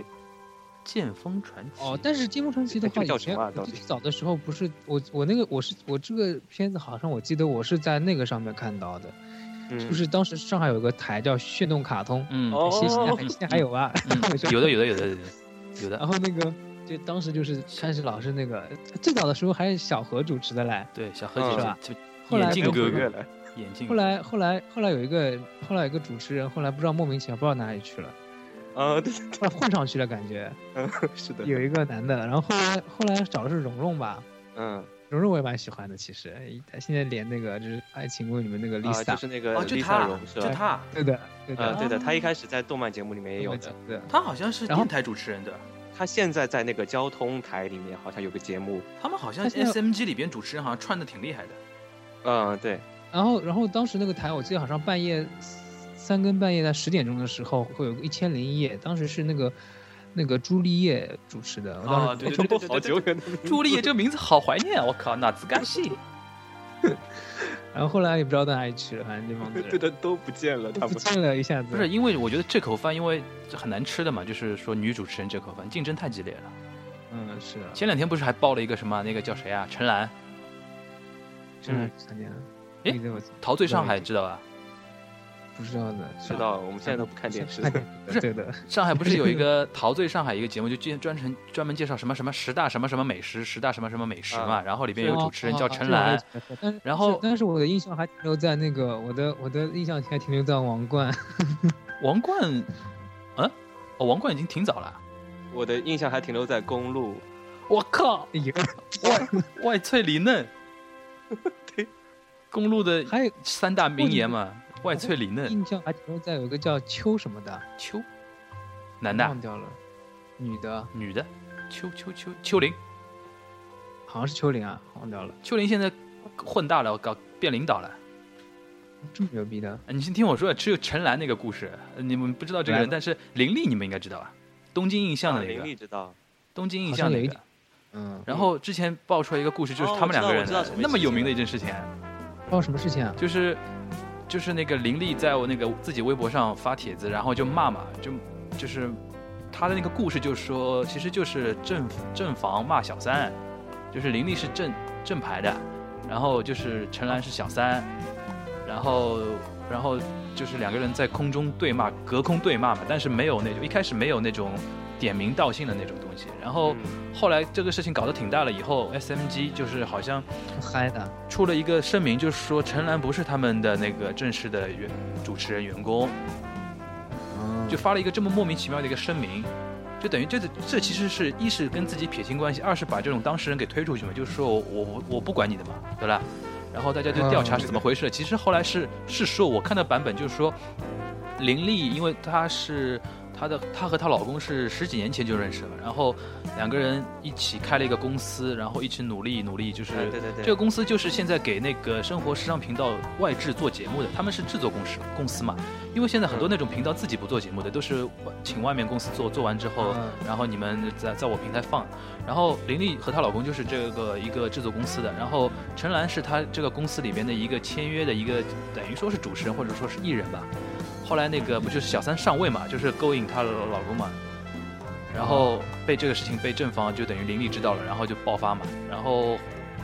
[SPEAKER 6] 剑锋传奇
[SPEAKER 8] 哦，但是《金木传奇》的
[SPEAKER 7] 这
[SPEAKER 8] 话，
[SPEAKER 7] 个叫
[SPEAKER 8] 以
[SPEAKER 7] 什么
[SPEAKER 8] 前
[SPEAKER 7] 啊到
[SPEAKER 8] 我
[SPEAKER 7] 底
[SPEAKER 8] 最早的时候不是我我那个我是我这个片子好像我记得我是在那个上面看到的，
[SPEAKER 7] 嗯，
[SPEAKER 8] 就是当时上海有个台叫炫动卡通，哎
[SPEAKER 6] 嗯
[SPEAKER 7] 哦
[SPEAKER 8] 现在还现在还有啊。 *laughs*
[SPEAKER 6] 嗯有的有的有的有的有
[SPEAKER 8] 然
[SPEAKER 6] 的，
[SPEAKER 8] 后那个就当时就是开始老是那个最早的时候还是小何主持的嘞，
[SPEAKER 6] 对，小何
[SPEAKER 7] 嗯
[SPEAKER 6] 姐
[SPEAKER 8] 是吧
[SPEAKER 6] 姐
[SPEAKER 8] 后来
[SPEAKER 6] 眼镜
[SPEAKER 8] 被
[SPEAKER 6] 哥
[SPEAKER 7] 鬼
[SPEAKER 8] 毁
[SPEAKER 6] 哥
[SPEAKER 7] 月，了。
[SPEAKER 6] 眼镜
[SPEAKER 8] 后来后来后来有一个后来有一个主持人，后来不知道莫名其妙不知道哪里去了，
[SPEAKER 7] 啊，对，对
[SPEAKER 8] 后来混上去了感觉
[SPEAKER 7] 对是的，
[SPEAKER 8] 有一个男的，然后后来后来找的是蓉蓉吧。
[SPEAKER 7] 嗯，
[SPEAKER 8] 蓉蓉我也蛮喜欢的，其实她现在连那个就是《爱情公寓》里面那个
[SPEAKER 7] 啊，
[SPEAKER 8] Lisa，、啊
[SPEAKER 7] 就是那个
[SPEAKER 6] 哦，就
[SPEAKER 7] Lisa
[SPEAKER 6] 他
[SPEAKER 7] 荣，是
[SPEAKER 6] 就
[SPEAKER 7] 吧？
[SPEAKER 6] 他，
[SPEAKER 8] 对的，对的，
[SPEAKER 7] 呃，对的，他一开始在动漫节目里面也有的。
[SPEAKER 8] 对的。
[SPEAKER 6] 他好像是
[SPEAKER 8] 然后
[SPEAKER 6] 电台主持人对吧？
[SPEAKER 7] 他现在在那个交通台里面好像有个节目，
[SPEAKER 6] 他们好像
[SPEAKER 8] 他现在
[SPEAKER 6] SMG 里边主持人好像串的挺厉害的。
[SPEAKER 7] 嗯，对，
[SPEAKER 8] 然后然后当时那个台，我记得好像半夜三更半夜在十点钟的时候会有个一千零一夜，当时是那个那个朱丽叶主持的，我当时、
[SPEAKER 6] 啊，对
[SPEAKER 7] 都
[SPEAKER 6] 对对对
[SPEAKER 7] 好久
[SPEAKER 6] 对对，
[SPEAKER 7] 远的名字
[SPEAKER 6] 朱丽叶这个名字好怀念啊！我靠，哪子干系？
[SPEAKER 8] 然后后来也不知道到哪里去了，反正这帮子人
[SPEAKER 7] 对的都不见了，他
[SPEAKER 8] 都不
[SPEAKER 7] 们
[SPEAKER 8] 见了一下子，
[SPEAKER 6] 不是，因为我觉得这口饭因为很难吃的嘛，就是说女主持人这口饭竞争太激烈了。
[SPEAKER 8] 嗯是的，
[SPEAKER 6] 前两天不是还爆了一个什么那个叫谁啊？陈岚
[SPEAKER 8] 真
[SPEAKER 7] 嗯
[SPEAKER 8] 的想念了，
[SPEAKER 6] 诶
[SPEAKER 8] 你我
[SPEAKER 6] 逃醉上海，知道吧？
[SPEAKER 8] 不知道的，
[SPEAKER 7] 知道，我们现在都不看电视
[SPEAKER 8] 看。电视
[SPEAKER 6] 不是
[SPEAKER 8] 对的，
[SPEAKER 6] 上海不是有一个《陶醉上海》一个节目，就专专程专门介绍什么什么十大什么什么美食，十大什么什么美食嘛。
[SPEAKER 7] 啊
[SPEAKER 6] 然后里边有
[SPEAKER 8] 哦
[SPEAKER 6] 主持人叫陈，
[SPEAKER 8] 哦
[SPEAKER 6] 岚
[SPEAKER 8] 哦，这个我也记得但是
[SPEAKER 6] 然后
[SPEAKER 8] 但是我的印象还停留在那个我的我的印象还停留在王冠， *laughs*
[SPEAKER 6] 王冠，嗯，哦，王冠已经挺早了。
[SPEAKER 7] *laughs* 我的印象还停留在公路，
[SPEAKER 6] 我靠，
[SPEAKER 8] 有
[SPEAKER 6] 外外脆里 *laughs* 嫩，
[SPEAKER 7] 对，
[SPEAKER 6] 公路的哦
[SPEAKER 8] 还有
[SPEAKER 6] 三大名言嘛，外脆里嫩，
[SPEAKER 8] 印象还停留在有一个叫秋什么的，
[SPEAKER 6] 秋，哦男的
[SPEAKER 8] 忘，掉了，女的
[SPEAKER 6] 女的，秋秋秋秋玲，
[SPEAKER 8] 好像是秋玲啊，忘掉了。
[SPEAKER 6] 秋玲现在混大了，搞变领导了。
[SPEAKER 8] 这么牛逼的？
[SPEAKER 6] 哎你先听我说，只有陈岚那个故事，你们不知道这个人，但是林立你们应该知道啊，东京印象的那
[SPEAKER 7] 啊林立
[SPEAKER 6] 个，
[SPEAKER 7] 知道，
[SPEAKER 6] 东京印象
[SPEAKER 8] 好像有
[SPEAKER 6] 那
[SPEAKER 8] 一
[SPEAKER 6] 个
[SPEAKER 8] 点。嗯，
[SPEAKER 6] 然后之前爆出来一个故事，就是
[SPEAKER 7] 哦
[SPEAKER 6] 他们两个
[SPEAKER 7] 我
[SPEAKER 6] 人
[SPEAKER 7] 知
[SPEAKER 6] 的
[SPEAKER 7] 道我知道什么
[SPEAKER 6] 那么
[SPEAKER 7] 意思
[SPEAKER 6] 有名的一件事情，
[SPEAKER 8] 哦，什么事情啊？
[SPEAKER 6] 就是就是那个林立在我那个自己微博上发帖子，然后就骂嘛，就就是他的那个故事，就说其实就是正正房骂小三，就是林立是正正牌的，然后就是陈岚是小三，然后然后就是两个人在空中对骂，隔空对骂嘛，但是没有那种一开始没有那种点名道姓的那种东西，然后后来这个事情搞得挺大了以后，SMG 就是好像。
[SPEAKER 8] 嗨的，
[SPEAKER 6] 出了一个声明，就是说陈岚不是他们的那个正式的员主持人员工，
[SPEAKER 8] 嗯，
[SPEAKER 6] 就发了一个这么莫名其妙的一个声明，就等于这这其实是一是跟自己撇清关系，二是把这种当事人给推出去嘛，就是说我我我不管你的嘛，对吧？然后大家就调查是怎么回事。其实后来是是说，我看的版本就是说，林丽因为她是她的她和她老公是十几年前就认识了，然后两个人一起开了一个公司，然后一起努力努力，就是、
[SPEAKER 7] 嗯对对对
[SPEAKER 6] 这个公司就是现在给那个生活时尚频道外制做节目的，他们是制作公司公司嘛，因为现在很
[SPEAKER 7] 嗯
[SPEAKER 6] 多那种频道自己不做节目的，都是外请外面公司做，做完之后
[SPEAKER 8] 嗯，
[SPEAKER 6] 然后你们在在我平台放。然后林丽和她老公就是这个一个制作公司的，然后陈岚是她这个公司里面的一个签约的一个，等于说是主持人或者说是艺人吧。后来那个不就是小三上位嘛，就是勾引她老公嘛，然
[SPEAKER 7] 哦
[SPEAKER 6] 后被这个事情被正方就等于林立知道了，然后就爆发嘛，然后，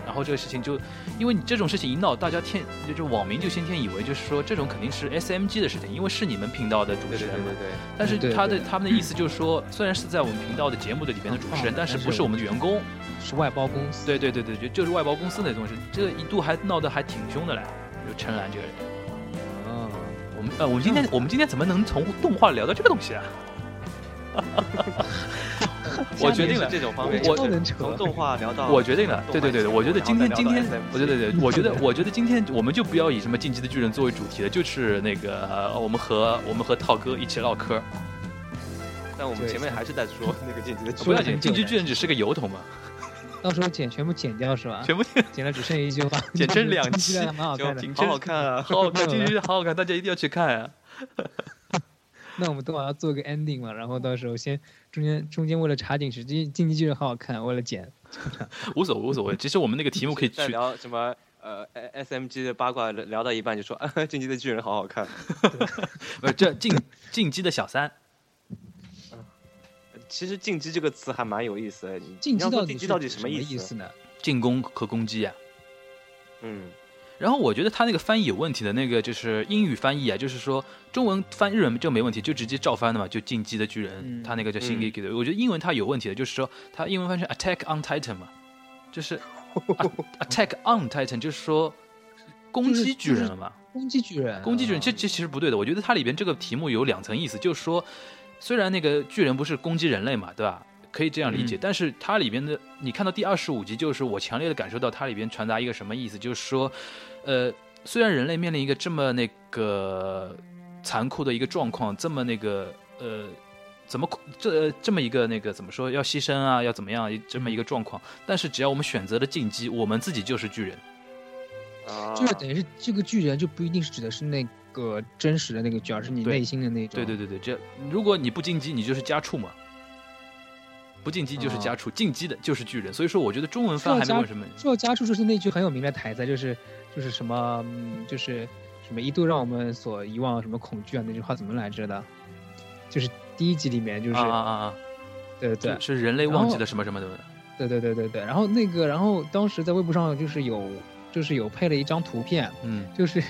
[SPEAKER 6] 然后这个事情就，因为你这种事情一闹，大家天就就网民就先天以为就是说这种肯定是 SMG 的事情，因为是你们频道的主
[SPEAKER 7] 对
[SPEAKER 6] 持
[SPEAKER 7] 对
[SPEAKER 6] 人
[SPEAKER 7] 对
[SPEAKER 6] 嘛，
[SPEAKER 7] 对对，
[SPEAKER 6] 但是
[SPEAKER 8] 对
[SPEAKER 6] 他的
[SPEAKER 8] 对
[SPEAKER 6] 他们的意思就是说， *clears throat* 虽然是在我们频道的节目的里面的主持人，
[SPEAKER 8] 哦
[SPEAKER 6] 但是
[SPEAKER 8] 但是
[SPEAKER 6] 不是我们的员工。
[SPEAKER 8] 是外包公司。
[SPEAKER 6] 对对对对，就就是外包公司那东西，这个一度还闹得还挺凶的嘞。就陈岚这个人，
[SPEAKER 8] 嗯，
[SPEAKER 6] 我们呃，我们今天我们今天怎么能从动画聊到这个东西啊？我决定了
[SPEAKER 7] 是这种方面，
[SPEAKER 6] 我
[SPEAKER 7] 就是
[SPEAKER 8] 我能扯
[SPEAKER 7] 从动画聊到
[SPEAKER 6] 我决定了，对对对，
[SPEAKER 7] 动漫节目
[SPEAKER 6] 我觉得今天
[SPEAKER 7] 然后
[SPEAKER 6] 今
[SPEAKER 7] 再
[SPEAKER 6] 天
[SPEAKER 7] 聊到，SMG
[SPEAKER 6] 我对对 *laughs* 对，我觉得我觉得今天我们就不要以什么进击的巨人作为主题了，就是那个呃我们和我们和涛哥一起唠嗑，
[SPEAKER 7] 但我们前面还是在说那个进击的
[SPEAKER 6] 不
[SPEAKER 7] 巨
[SPEAKER 6] 要
[SPEAKER 7] 人。
[SPEAKER 6] 紧，进击巨人只是个由头嘛，
[SPEAKER 8] 到时候剪全部剪掉是吧？
[SPEAKER 6] 全 *laughs* 部
[SPEAKER 8] 剪了只剩一句话，
[SPEAKER 6] *laughs* 剪成两期
[SPEAKER 8] 这样 *laughs* 蛮好看的哦
[SPEAKER 7] 就。好好看啊！
[SPEAKER 6] 好好看，进击巨人好好看，大家一定要去看啊。
[SPEAKER 8] 那我们都晚要做个 ending 嘛，然后到时候先中间中间为了查景时机，进击巨人好好看，为了剪，
[SPEAKER 6] 无所谓，无所 *laughs* 谓。其实我们那个题目可以
[SPEAKER 7] 再
[SPEAKER 6] 去，
[SPEAKER 7] 聊什么？呃，S *laughs* M G 的八卦聊聊到一半就说，啊，《进击的巨人》好好看，
[SPEAKER 6] 不是这进进击的小三，
[SPEAKER 7] 其实“进击”这个词还蛮有意思的。你
[SPEAKER 8] 进
[SPEAKER 7] 你
[SPEAKER 8] 击
[SPEAKER 7] 要说
[SPEAKER 8] 到
[SPEAKER 7] 进
[SPEAKER 8] 底
[SPEAKER 7] 击
[SPEAKER 8] 是
[SPEAKER 7] 到底什
[SPEAKER 8] 么
[SPEAKER 7] 么意
[SPEAKER 8] 意思呢？
[SPEAKER 6] 进攻和攻击啊。
[SPEAKER 7] 嗯，
[SPEAKER 6] 然后我觉得他那个翻译有问题的，那个就是英语翻译啊，就是说中文翻日文这没问题，就直接照翻的嘛，就进击的巨人，
[SPEAKER 8] 嗯
[SPEAKER 6] 他那个叫
[SPEAKER 7] 嗯
[SPEAKER 6] 新 g 的。我觉得英文它有问题的，就是说它英文翻译成 Attack on Titan 嘛，就是啊 Attack on Titan，就是说攻击巨人了嘛。
[SPEAKER 8] 攻击巨人，啊
[SPEAKER 6] 攻击巨人，这这其实不对的。我觉得它里边这个题目有两层意思，就是说，虽然那个巨人不是攻击人类嘛，对吧？可以这样理解，但是它里边的，你看到第二十五集，就是我强烈的感受到它里边传达一个什么意思，就是说，呃，虽然人类面临一个这么那个残酷的一个状况，这么那个呃，怎么恐这这么一个那个怎么说要牺牲啊，要怎么样这么一个状况，但是只要我们选择了进击，我们自己就是巨人。
[SPEAKER 7] 啊，
[SPEAKER 8] 就是等于是这个巨人就不一定是指的是那个真实的那个巨人，而是你
[SPEAKER 6] 对
[SPEAKER 8] 内心的那种。
[SPEAKER 6] 对对对对，这如果你不进击，你就是家畜嘛。不进击就是家畜，进击的就是巨人。所以说，我觉得中文翻还没有什么。
[SPEAKER 8] 说到家畜，就是那句很有名的台词，就是就是什么，嗯就是什么一度让我们所遗忘什么恐惧啊，那句话怎么来着的？就是第一集里面，就是、
[SPEAKER 6] 啊啊啊啊！
[SPEAKER 8] 对对
[SPEAKER 6] 是是人类忘记了什么什么的。
[SPEAKER 8] 对对对对对。然后那个，然后当时在微博上就是有就是有配了一张图片，
[SPEAKER 6] 嗯，
[SPEAKER 8] 就是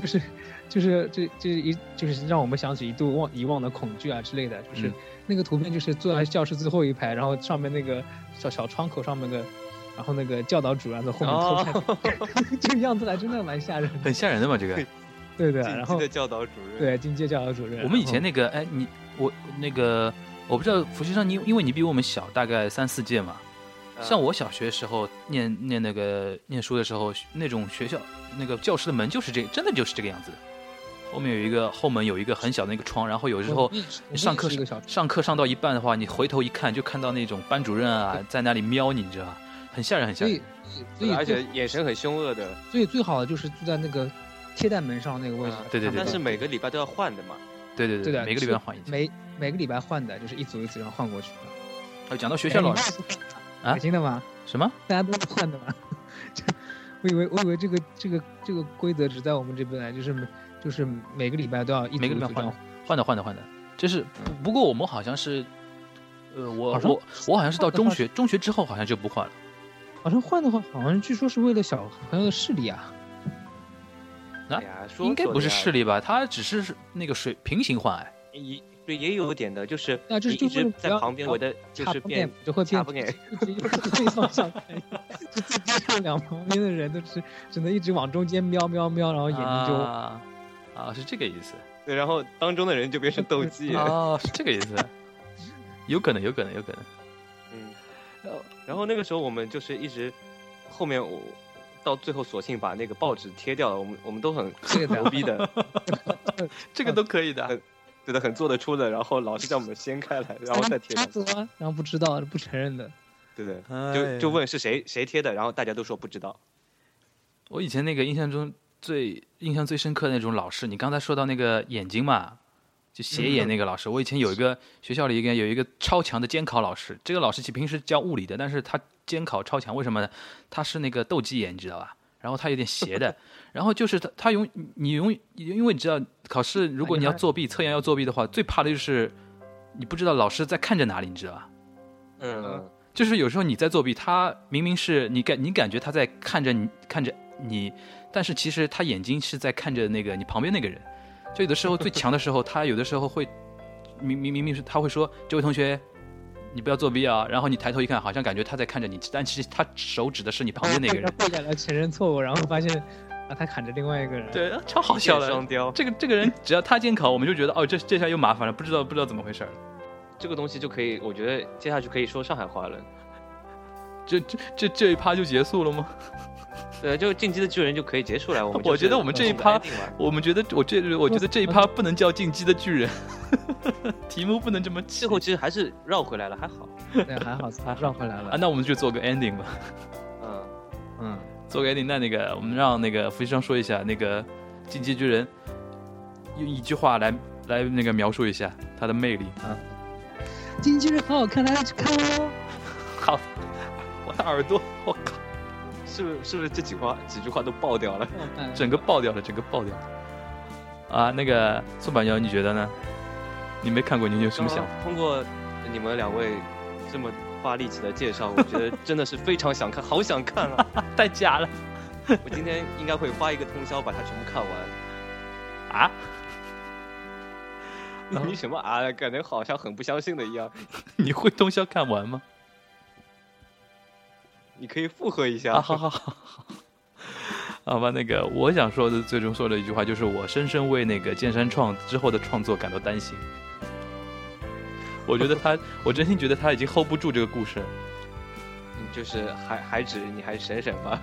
[SPEAKER 8] 就是就是这这一就是让我们想起一度忘遗忘的恐惧啊之类的，就是
[SPEAKER 6] 嗯
[SPEAKER 8] 那个图片就是坐在教室最后一排，然后上面那个小小窗口上面的，然后那个教导主啊任在后面偷看，
[SPEAKER 6] 哦
[SPEAKER 8] *laughs* 这个样子来真的蛮吓人的。
[SPEAKER 6] 很吓人的嘛，这个。
[SPEAKER 8] 对的，
[SPEAKER 7] 进
[SPEAKER 8] 然
[SPEAKER 7] 击
[SPEAKER 8] 后
[SPEAKER 7] 的教导主任，
[SPEAKER 8] 对进阶教导主任，
[SPEAKER 6] 我们以前
[SPEAKER 8] 那
[SPEAKER 6] 那个，哎，你我那个，我不知道福先生，你因为你比我们小大概三四届嘛。
[SPEAKER 7] 嗯
[SPEAKER 6] 像我小学时候念念那个念书的时候，那种学校那个教室的门就是这，真的就是这个样子的。后面有一个后门有一个很小的那个窗，然后有时候上课
[SPEAKER 8] 是一个小窗
[SPEAKER 6] 上课上到一半的话，你回头一看，就看到那种班主任啊在那里瞄你，你知道吧？很吓人，很吓
[SPEAKER 8] 所以
[SPEAKER 6] 人。
[SPEAKER 8] 所以
[SPEAKER 7] 而
[SPEAKER 8] 最
[SPEAKER 7] 且眼神很凶恶的，
[SPEAKER 8] 所以最好的就是住在那个贴在门上那个位置
[SPEAKER 7] 啊。
[SPEAKER 6] 对对对
[SPEAKER 7] 但是每个礼拜都要换的嘛。
[SPEAKER 6] 对对
[SPEAKER 8] 对的，
[SPEAKER 6] 每个礼
[SPEAKER 8] 是
[SPEAKER 6] 拜换一次。
[SPEAKER 8] 每每个礼拜换的，就是一组一组这样换过去的。
[SPEAKER 6] 哦，讲到
[SPEAKER 8] 哎
[SPEAKER 6] 学校老师啊
[SPEAKER 8] 恶心的吗？
[SPEAKER 6] 什么？
[SPEAKER 8] 大家都是换的吗？ *laughs* 这我以为我以为这个这个这个规则只在我们这边来，就是每就是每个礼拜都要一组
[SPEAKER 6] 每个
[SPEAKER 8] 一
[SPEAKER 6] 礼拜
[SPEAKER 8] 组这样嗯
[SPEAKER 6] 换换的换的换的，就是不不过我们好像是，呃，我
[SPEAKER 8] 好像
[SPEAKER 6] 我我好像是到
[SPEAKER 8] 换的
[SPEAKER 6] 中
[SPEAKER 8] 话
[SPEAKER 6] 学中学之后好像就不换了。
[SPEAKER 8] 好像换的话，好像据说是为了小朋友的视力啊。
[SPEAKER 6] 啊
[SPEAKER 7] 哎呀，说
[SPEAKER 6] 应该
[SPEAKER 7] 说
[SPEAKER 6] 不
[SPEAKER 7] 的
[SPEAKER 6] 是
[SPEAKER 7] 呀
[SPEAKER 6] 视力吧？它只是那个水平行换哎。
[SPEAKER 7] 也对也有点的，就是
[SPEAKER 8] 啊就是
[SPEAKER 7] 你一
[SPEAKER 8] 就为
[SPEAKER 7] 直
[SPEAKER 8] 了
[SPEAKER 7] 在
[SPEAKER 8] 不要
[SPEAKER 7] 旁边，我的就
[SPEAKER 8] 擦
[SPEAKER 7] 是
[SPEAKER 8] 不
[SPEAKER 7] 变
[SPEAKER 8] 就会
[SPEAKER 7] 擦
[SPEAKER 8] 变
[SPEAKER 7] 不眼，
[SPEAKER 8] 一直一直对方向看， *laughs* 就自己上两旁边的人都是只能一直往中间瞄瞄瞄，然后眼睛就、
[SPEAKER 6] 啊啊，是这个意
[SPEAKER 8] *laughs*
[SPEAKER 6] 思。
[SPEAKER 7] 对，然后当中的人就变成斗
[SPEAKER 6] *laughs*
[SPEAKER 7] 技了。
[SPEAKER 6] 哦，是这个意思。有可能，有可能，有可能。
[SPEAKER 7] 嗯，然后然后那个时候我们就是一直，后面我到最后索性把那个报纸贴掉了，我们我们都很
[SPEAKER 8] 这个
[SPEAKER 7] 牛
[SPEAKER 6] *laughs*
[SPEAKER 8] 的。
[SPEAKER 7] 逼的，
[SPEAKER 6] 这
[SPEAKER 8] 嗯
[SPEAKER 6] 个都可以的。
[SPEAKER 7] 对的，很做得出的。然后老师叫我们掀开来，然后再贴
[SPEAKER 6] *laughs*
[SPEAKER 7] 上去。
[SPEAKER 8] 然后然后不知道不承认的，
[SPEAKER 7] 对的，
[SPEAKER 6] 哎
[SPEAKER 7] 就
[SPEAKER 6] 呀
[SPEAKER 7] 就问是谁谁贴的，然后大家都说不知道。
[SPEAKER 6] 我以前那个印象中最印象最深刻的那种老师，你刚才说到那个眼睛嘛，就斜眼那个老师。我以前有一个学校里一个有一个超强的监考老师，这个老师其实平时教物理的，但是他监考超强，为什么呢？他是那个斗鸡眼，你知道吧？然后他有点斜的，然后就是他他永你永因为你知道考试，如果你要作弊，测验要作弊的话，最怕的就是你不知道老师在看着哪里，你知道吧？
[SPEAKER 7] 嗯，
[SPEAKER 6] 就是有时候你在作弊，他明明是你感你感觉他在看着你看着你，但是其实他眼睛是在看着那个你旁边那个人。就有的时候最强的时候，他有的时候会明明明明是他会说这位同学，你不要作弊啊。然后你抬头一看，好像感觉他在看着你，但其实他手指的是你旁边那个人。
[SPEAKER 8] 跪下来承认错误，然后发现啊，他砍着另外一个
[SPEAKER 6] *laughs*
[SPEAKER 8] 人。
[SPEAKER 6] 对，超好笑
[SPEAKER 7] 一箭
[SPEAKER 6] 的
[SPEAKER 7] 双。
[SPEAKER 6] *laughs*
[SPEAKER 7] 雕，
[SPEAKER 6] 这个这个人只要他监考，我们就觉得哦，这这下又麻烦了，不知道不知道怎么回事儿了。
[SPEAKER 7] 这个东西就可以，我觉得接下去可以说上海话了。
[SPEAKER 6] 这这这这一趴就结束了吗？
[SPEAKER 7] 对，就进击的巨人就可以结束了。我们
[SPEAKER 6] 我觉得我们这一趴
[SPEAKER 7] 啊
[SPEAKER 6] 我们觉得，我这我觉得这一趴不能叫进击的巨人， *laughs* 题目不能这么起
[SPEAKER 7] 最后其实还是绕回来了，还好。
[SPEAKER 8] 对，还好他绕回来
[SPEAKER 6] 啊。
[SPEAKER 8] 了。
[SPEAKER 6] 那我们就做个 ending 吧，
[SPEAKER 7] 嗯，
[SPEAKER 8] 嗯，
[SPEAKER 6] 做个 ending。那那个，我们让那个福西生说一下那个进击巨人，用一句话来来那个描述一下他的魅力。
[SPEAKER 8] 金鸡人好好看，大家去看哦。
[SPEAKER 6] 好， *laughs* 我的耳朵，我靠，
[SPEAKER 7] 是不是是不是这几话几句话都爆掉了？
[SPEAKER 8] 好好看
[SPEAKER 6] 整个爆掉了，整个爆掉了。啊，那个宋板牛，你觉得呢？你没看过，你有什么想法？
[SPEAKER 7] 刚刚通过你们两位这么花力气的介绍，我觉得真的是非常想看，好想看
[SPEAKER 6] *laughs*
[SPEAKER 7] 啊！
[SPEAKER 6] 太假了
[SPEAKER 7] 我今天应该会花一个通宵把它全部看完。
[SPEAKER 6] 啊！ *laughs* 嗯
[SPEAKER 7] 你什么啊？感觉好像很不相信的一样。
[SPEAKER 6] 你会通宵看完吗？
[SPEAKER 7] 你可以附和一下。
[SPEAKER 6] 啊，好好好，好吧，那个我想说的最终说的一句话就是，我深深为那个剑山创之后的创作感到担心。我觉得他， *laughs* 我真心觉得他已经 hold 不住这个故事了。
[SPEAKER 7] 嗯就是还还指你还省省
[SPEAKER 6] *laughs*
[SPEAKER 7] 吧。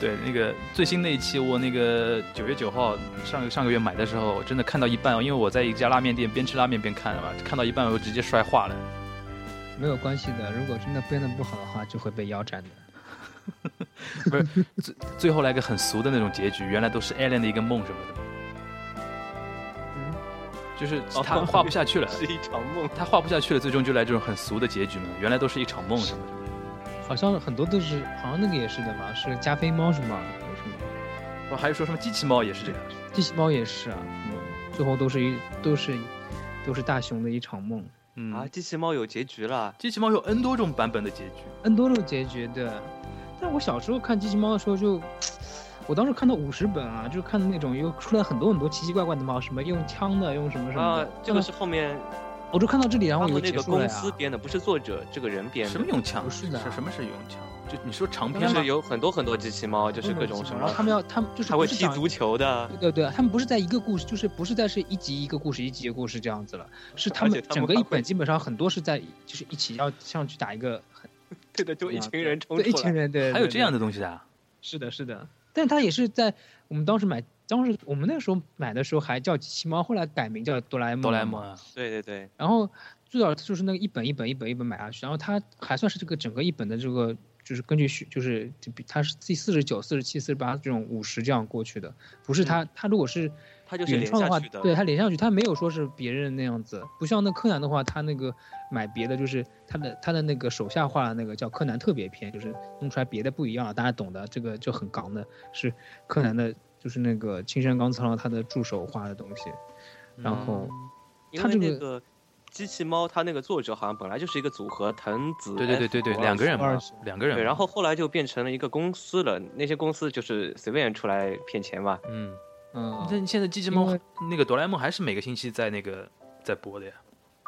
[SPEAKER 6] 对，那个最新那一期，我那个九月九号上个上个月买的时候，我真的看到一半，因为我在一家拉面店边吃拉面边看的嘛，看到一半我就直接摔化了。
[SPEAKER 8] 没有关系的，如果真的编的不好的话，就会被腰斩的。
[SPEAKER 6] 不是最最后来个很俗的那种结局，原来都是 Allen 的一个梦什么的。就是他
[SPEAKER 7] 哦
[SPEAKER 6] 画不下去了，
[SPEAKER 7] 是一场梦。
[SPEAKER 6] 他画不下去了，最终就来这种很俗的结局嘛。原来都是一场梦什么的。
[SPEAKER 8] 好像很多都是，好像那个也是的嘛，是加菲猫是吗？有什么？
[SPEAKER 6] 我还有说什么机器猫也是这样。
[SPEAKER 8] 机器猫也是啊，嗯，最后都是一都是都是大雄的一场梦。
[SPEAKER 6] 嗯
[SPEAKER 7] 啊，机器猫有结局了。
[SPEAKER 6] 机器猫有 N 多种版本的结局。
[SPEAKER 8] N 多种结局对，但我小时候看机器猫的时候就，我当时看到五十本啊，就是看那种又出来很多很多奇奇怪怪的猫，什么用枪的，用什么什么
[SPEAKER 7] 啊
[SPEAKER 8] 的。，
[SPEAKER 7] 这个是后面
[SPEAKER 8] 我就看到这里，然后
[SPEAKER 7] 他
[SPEAKER 8] 我以为
[SPEAKER 7] 们那个
[SPEAKER 8] 结束
[SPEAKER 7] 公
[SPEAKER 8] 了呀。
[SPEAKER 7] 司编的，不是作者这个人编的。
[SPEAKER 6] 什么用枪？
[SPEAKER 8] 不是的
[SPEAKER 6] 什么是用枪？就你说长
[SPEAKER 7] 就
[SPEAKER 6] 篇吗
[SPEAKER 7] 是？有很多很多机器猫，就是各种什
[SPEAKER 8] 然
[SPEAKER 7] 么
[SPEAKER 8] 后，他们要他们就是
[SPEAKER 7] 还会
[SPEAKER 8] 不是
[SPEAKER 7] 踢
[SPEAKER 8] 讲
[SPEAKER 7] 足球
[SPEAKER 8] *laughs*
[SPEAKER 7] 的，
[SPEAKER 8] 对对对，他们不是在一个故事，就是不是在是一集一个故事，一集一个故事这样子了，是他
[SPEAKER 7] 而
[SPEAKER 8] 们
[SPEAKER 7] 且他们
[SPEAKER 8] 整个一
[SPEAKER 7] 还会
[SPEAKER 8] 本基本上很多是在就是一起要上去打一个很
[SPEAKER 7] 啊
[SPEAKER 8] 啊
[SPEAKER 7] 对的，就一群人冲
[SPEAKER 8] 对一
[SPEAKER 7] 出
[SPEAKER 8] 群
[SPEAKER 7] 来。
[SPEAKER 8] 人对，对
[SPEAKER 6] 还有这样
[SPEAKER 8] 对
[SPEAKER 6] 的东西的啊？
[SPEAKER 8] 是的是的，但他也是在我们当时买，当时我们那时候买的时候还叫机器猫，后来改名叫哆啦 A 梦，
[SPEAKER 6] 哆啦 A 梦，啊，
[SPEAKER 7] 对对对，
[SPEAKER 8] 然后最早就是那个一本一本一本一本买下去，然后它还算是这个整个一本的这个就是根据续就是他是第四十九、四十七、四十八这种五十这样过去的，不是他、他如果是
[SPEAKER 7] 他嗯就是
[SPEAKER 8] 原
[SPEAKER 7] 连
[SPEAKER 8] 创的
[SPEAKER 7] 下
[SPEAKER 8] 话，
[SPEAKER 7] 去的
[SPEAKER 8] 对他连上去，他没有说是别人那样子，不像那柯南的话，他那个买别的就是他的他的那个手下画的那个叫柯南特别篇，就是弄出来别的不一样，大家懂的，这个就很杠的，是柯南的，就是那个青山刚次郎他的助手画的东西，然后
[SPEAKER 7] 因
[SPEAKER 8] 他
[SPEAKER 7] 为
[SPEAKER 8] 这
[SPEAKER 7] 那
[SPEAKER 8] 个
[SPEAKER 7] 个机器猫，它那个作者好像本来就是一个组合，藤子
[SPEAKER 6] 嗯对对对对对，
[SPEAKER 7] F
[SPEAKER 6] 两个人
[SPEAKER 8] 二
[SPEAKER 6] 嘛
[SPEAKER 8] 十，
[SPEAKER 6] 两个人嘛，
[SPEAKER 7] 对，然后后来就变成了一个公司了，那些公司就是随便出来骗钱嘛。
[SPEAKER 6] 嗯，
[SPEAKER 8] 嗯，
[SPEAKER 6] 但现在机器
[SPEAKER 8] 因
[SPEAKER 6] 猫
[SPEAKER 8] 为
[SPEAKER 6] 那个哆啦 A 梦还是每个星期在那个在播的呀。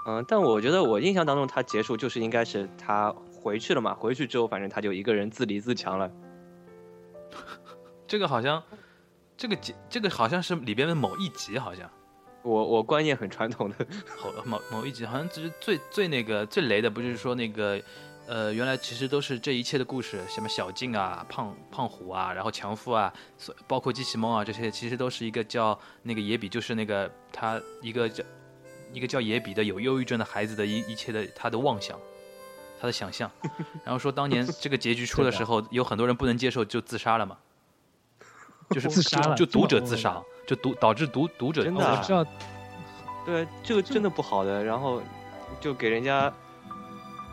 [SPEAKER 7] 嗯，但我觉得我印象当中，他结束就是应该是他回去了嘛，回去之后反正他就一个人自立自强了。
[SPEAKER 6] 这个好像，这个集这个好像是里边的某一集，好像
[SPEAKER 7] 我我观念很传统的，
[SPEAKER 6] 某呃某某一集，好像就是最最那个最雷的，不是说那个。呃，原来其实都是这一切的故事，什么小静啊、胖胖虎啊，然后强夫啊，所包括机器猫啊这些，其实都是一个叫那个野比，就是那个他一个叫一个叫野比的有忧郁症的孩子的一一切的他的妄想，他的想
[SPEAKER 8] *laughs*
[SPEAKER 6] 象，然后说当年这个结局出的时候，有很多人不能接受，就自杀了
[SPEAKER 8] *laughs*
[SPEAKER 6] 嘛，就是
[SPEAKER 8] 自杀了
[SPEAKER 6] 就读者
[SPEAKER 8] 这么
[SPEAKER 6] 自杀，就读导致读读者哦
[SPEAKER 7] 真的
[SPEAKER 8] 我
[SPEAKER 7] 啊
[SPEAKER 8] 知道，
[SPEAKER 7] 对，这个真的不好
[SPEAKER 6] 嗯
[SPEAKER 7] 的。然后就给人家，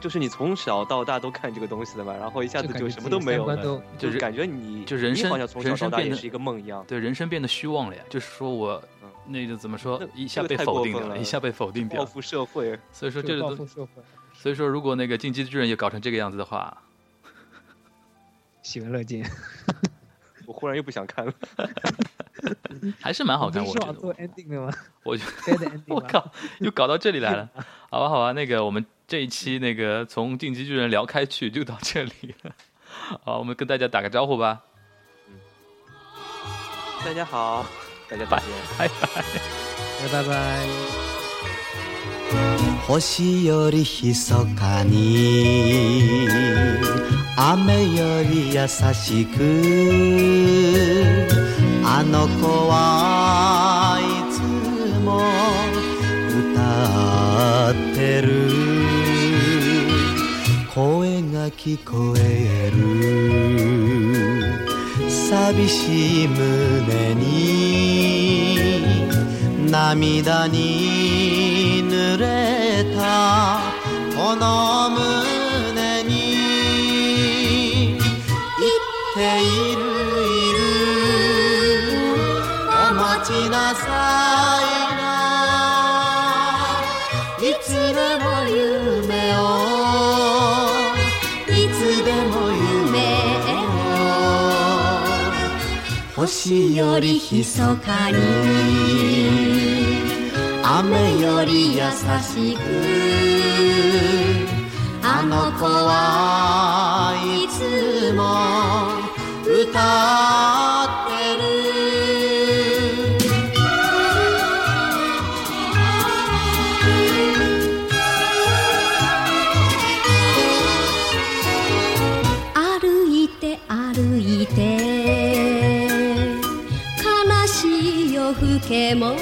[SPEAKER 7] 就是你从小到大都看这个东西的嘛，然后一下
[SPEAKER 8] 就
[SPEAKER 7] 子
[SPEAKER 8] 感
[SPEAKER 7] 就
[SPEAKER 8] 觉
[SPEAKER 7] 什
[SPEAKER 8] 自
[SPEAKER 7] 么
[SPEAKER 8] 己
[SPEAKER 7] 都没
[SPEAKER 8] 三
[SPEAKER 7] 有
[SPEAKER 8] 观
[SPEAKER 7] 了，
[SPEAKER 8] 都
[SPEAKER 6] 就
[SPEAKER 7] 就是感觉你
[SPEAKER 6] 就人
[SPEAKER 7] 你
[SPEAKER 6] 生
[SPEAKER 7] 好像从小
[SPEAKER 6] 人生
[SPEAKER 7] 到大
[SPEAKER 6] 变
[SPEAKER 7] 也
[SPEAKER 6] 得
[SPEAKER 7] 是一个梦一样。
[SPEAKER 6] 对人生变得虚妄了呀，就是说我
[SPEAKER 7] 嗯
[SPEAKER 6] 那个怎么说
[SPEAKER 7] 那，
[SPEAKER 6] 一下
[SPEAKER 7] 这个
[SPEAKER 6] 被
[SPEAKER 7] 太
[SPEAKER 6] 否
[SPEAKER 7] 过
[SPEAKER 6] 定
[SPEAKER 7] 分
[SPEAKER 6] 了，
[SPEAKER 7] 了
[SPEAKER 6] 一下被否定掉
[SPEAKER 7] 报
[SPEAKER 6] 了，
[SPEAKER 7] 复社会，
[SPEAKER 6] 所以说这个
[SPEAKER 8] 就报
[SPEAKER 6] 东
[SPEAKER 8] 复社会，
[SPEAKER 6] 所以说，如果那个进击的巨人也搞成这个样子的话，
[SPEAKER 8] 喜闻乐见。
[SPEAKER 7] 我忽然又不想看了。 *laughs*
[SPEAKER 6] 还是蛮好
[SPEAKER 8] *laughs*
[SPEAKER 6] 看。
[SPEAKER 8] 你
[SPEAKER 6] 我
[SPEAKER 8] 不是
[SPEAKER 6] 觉
[SPEAKER 8] 要
[SPEAKER 6] 得，
[SPEAKER 8] 做 ending 的 *laughs* 吗？
[SPEAKER 6] 我觉得，
[SPEAKER 8] bad ending
[SPEAKER 6] 我
[SPEAKER 8] 吗
[SPEAKER 6] 靠，又搞到这里来
[SPEAKER 8] *laughs*
[SPEAKER 6] 了。好吧，好吧，那个我们这一期那个从进击巨人聊开去就到这里了。好，我们跟大家打个招呼吧，
[SPEAKER 7] 大家好，大家再见。
[SPEAKER 6] 拜拜。
[SPEAKER 8] 拜拜。
[SPEAKER 1] 星よりひそかに雨より優しくあの子はいつも歌ってる声が聞こえる寂しい胸に涙に濡れたこの胸に言っているいるお待ちなさいないつでも夢をいつでも夢を星よりひそかに雨より優しくあの子はいつも歌ってる
[SPEAKER 9] 歩いて歩いて悲しい夜更けも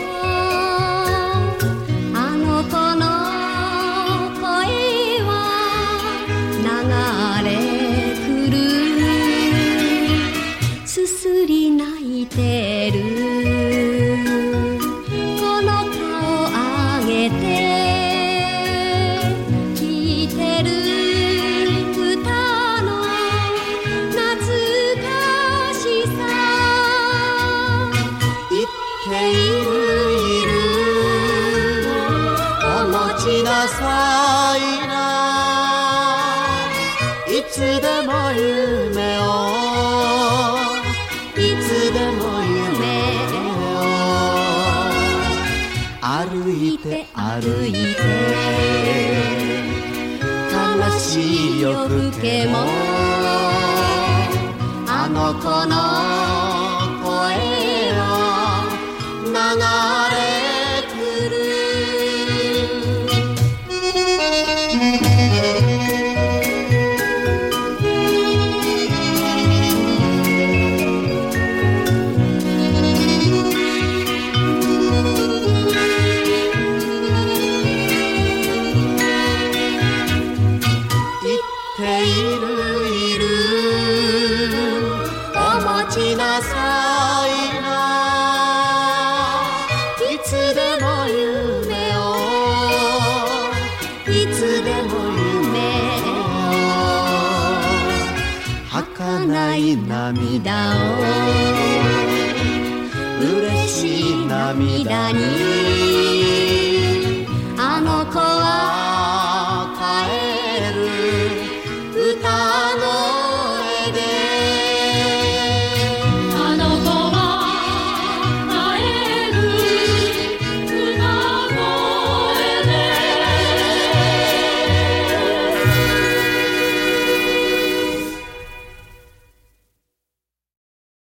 [SPEAKER 9] あの子の声は流れ来るすすり泣いてるこの顔あげて聞いてる歌の懐かしさ言っているいる
[SPEAKER 1] お持ちなさいないつでも夢をいつでも夢を歩いて歩いて悲しい夜更けもあの子の声を流れ来る言っているいる
[SPEAKER 9] い涙を嬉しい涙にあの子は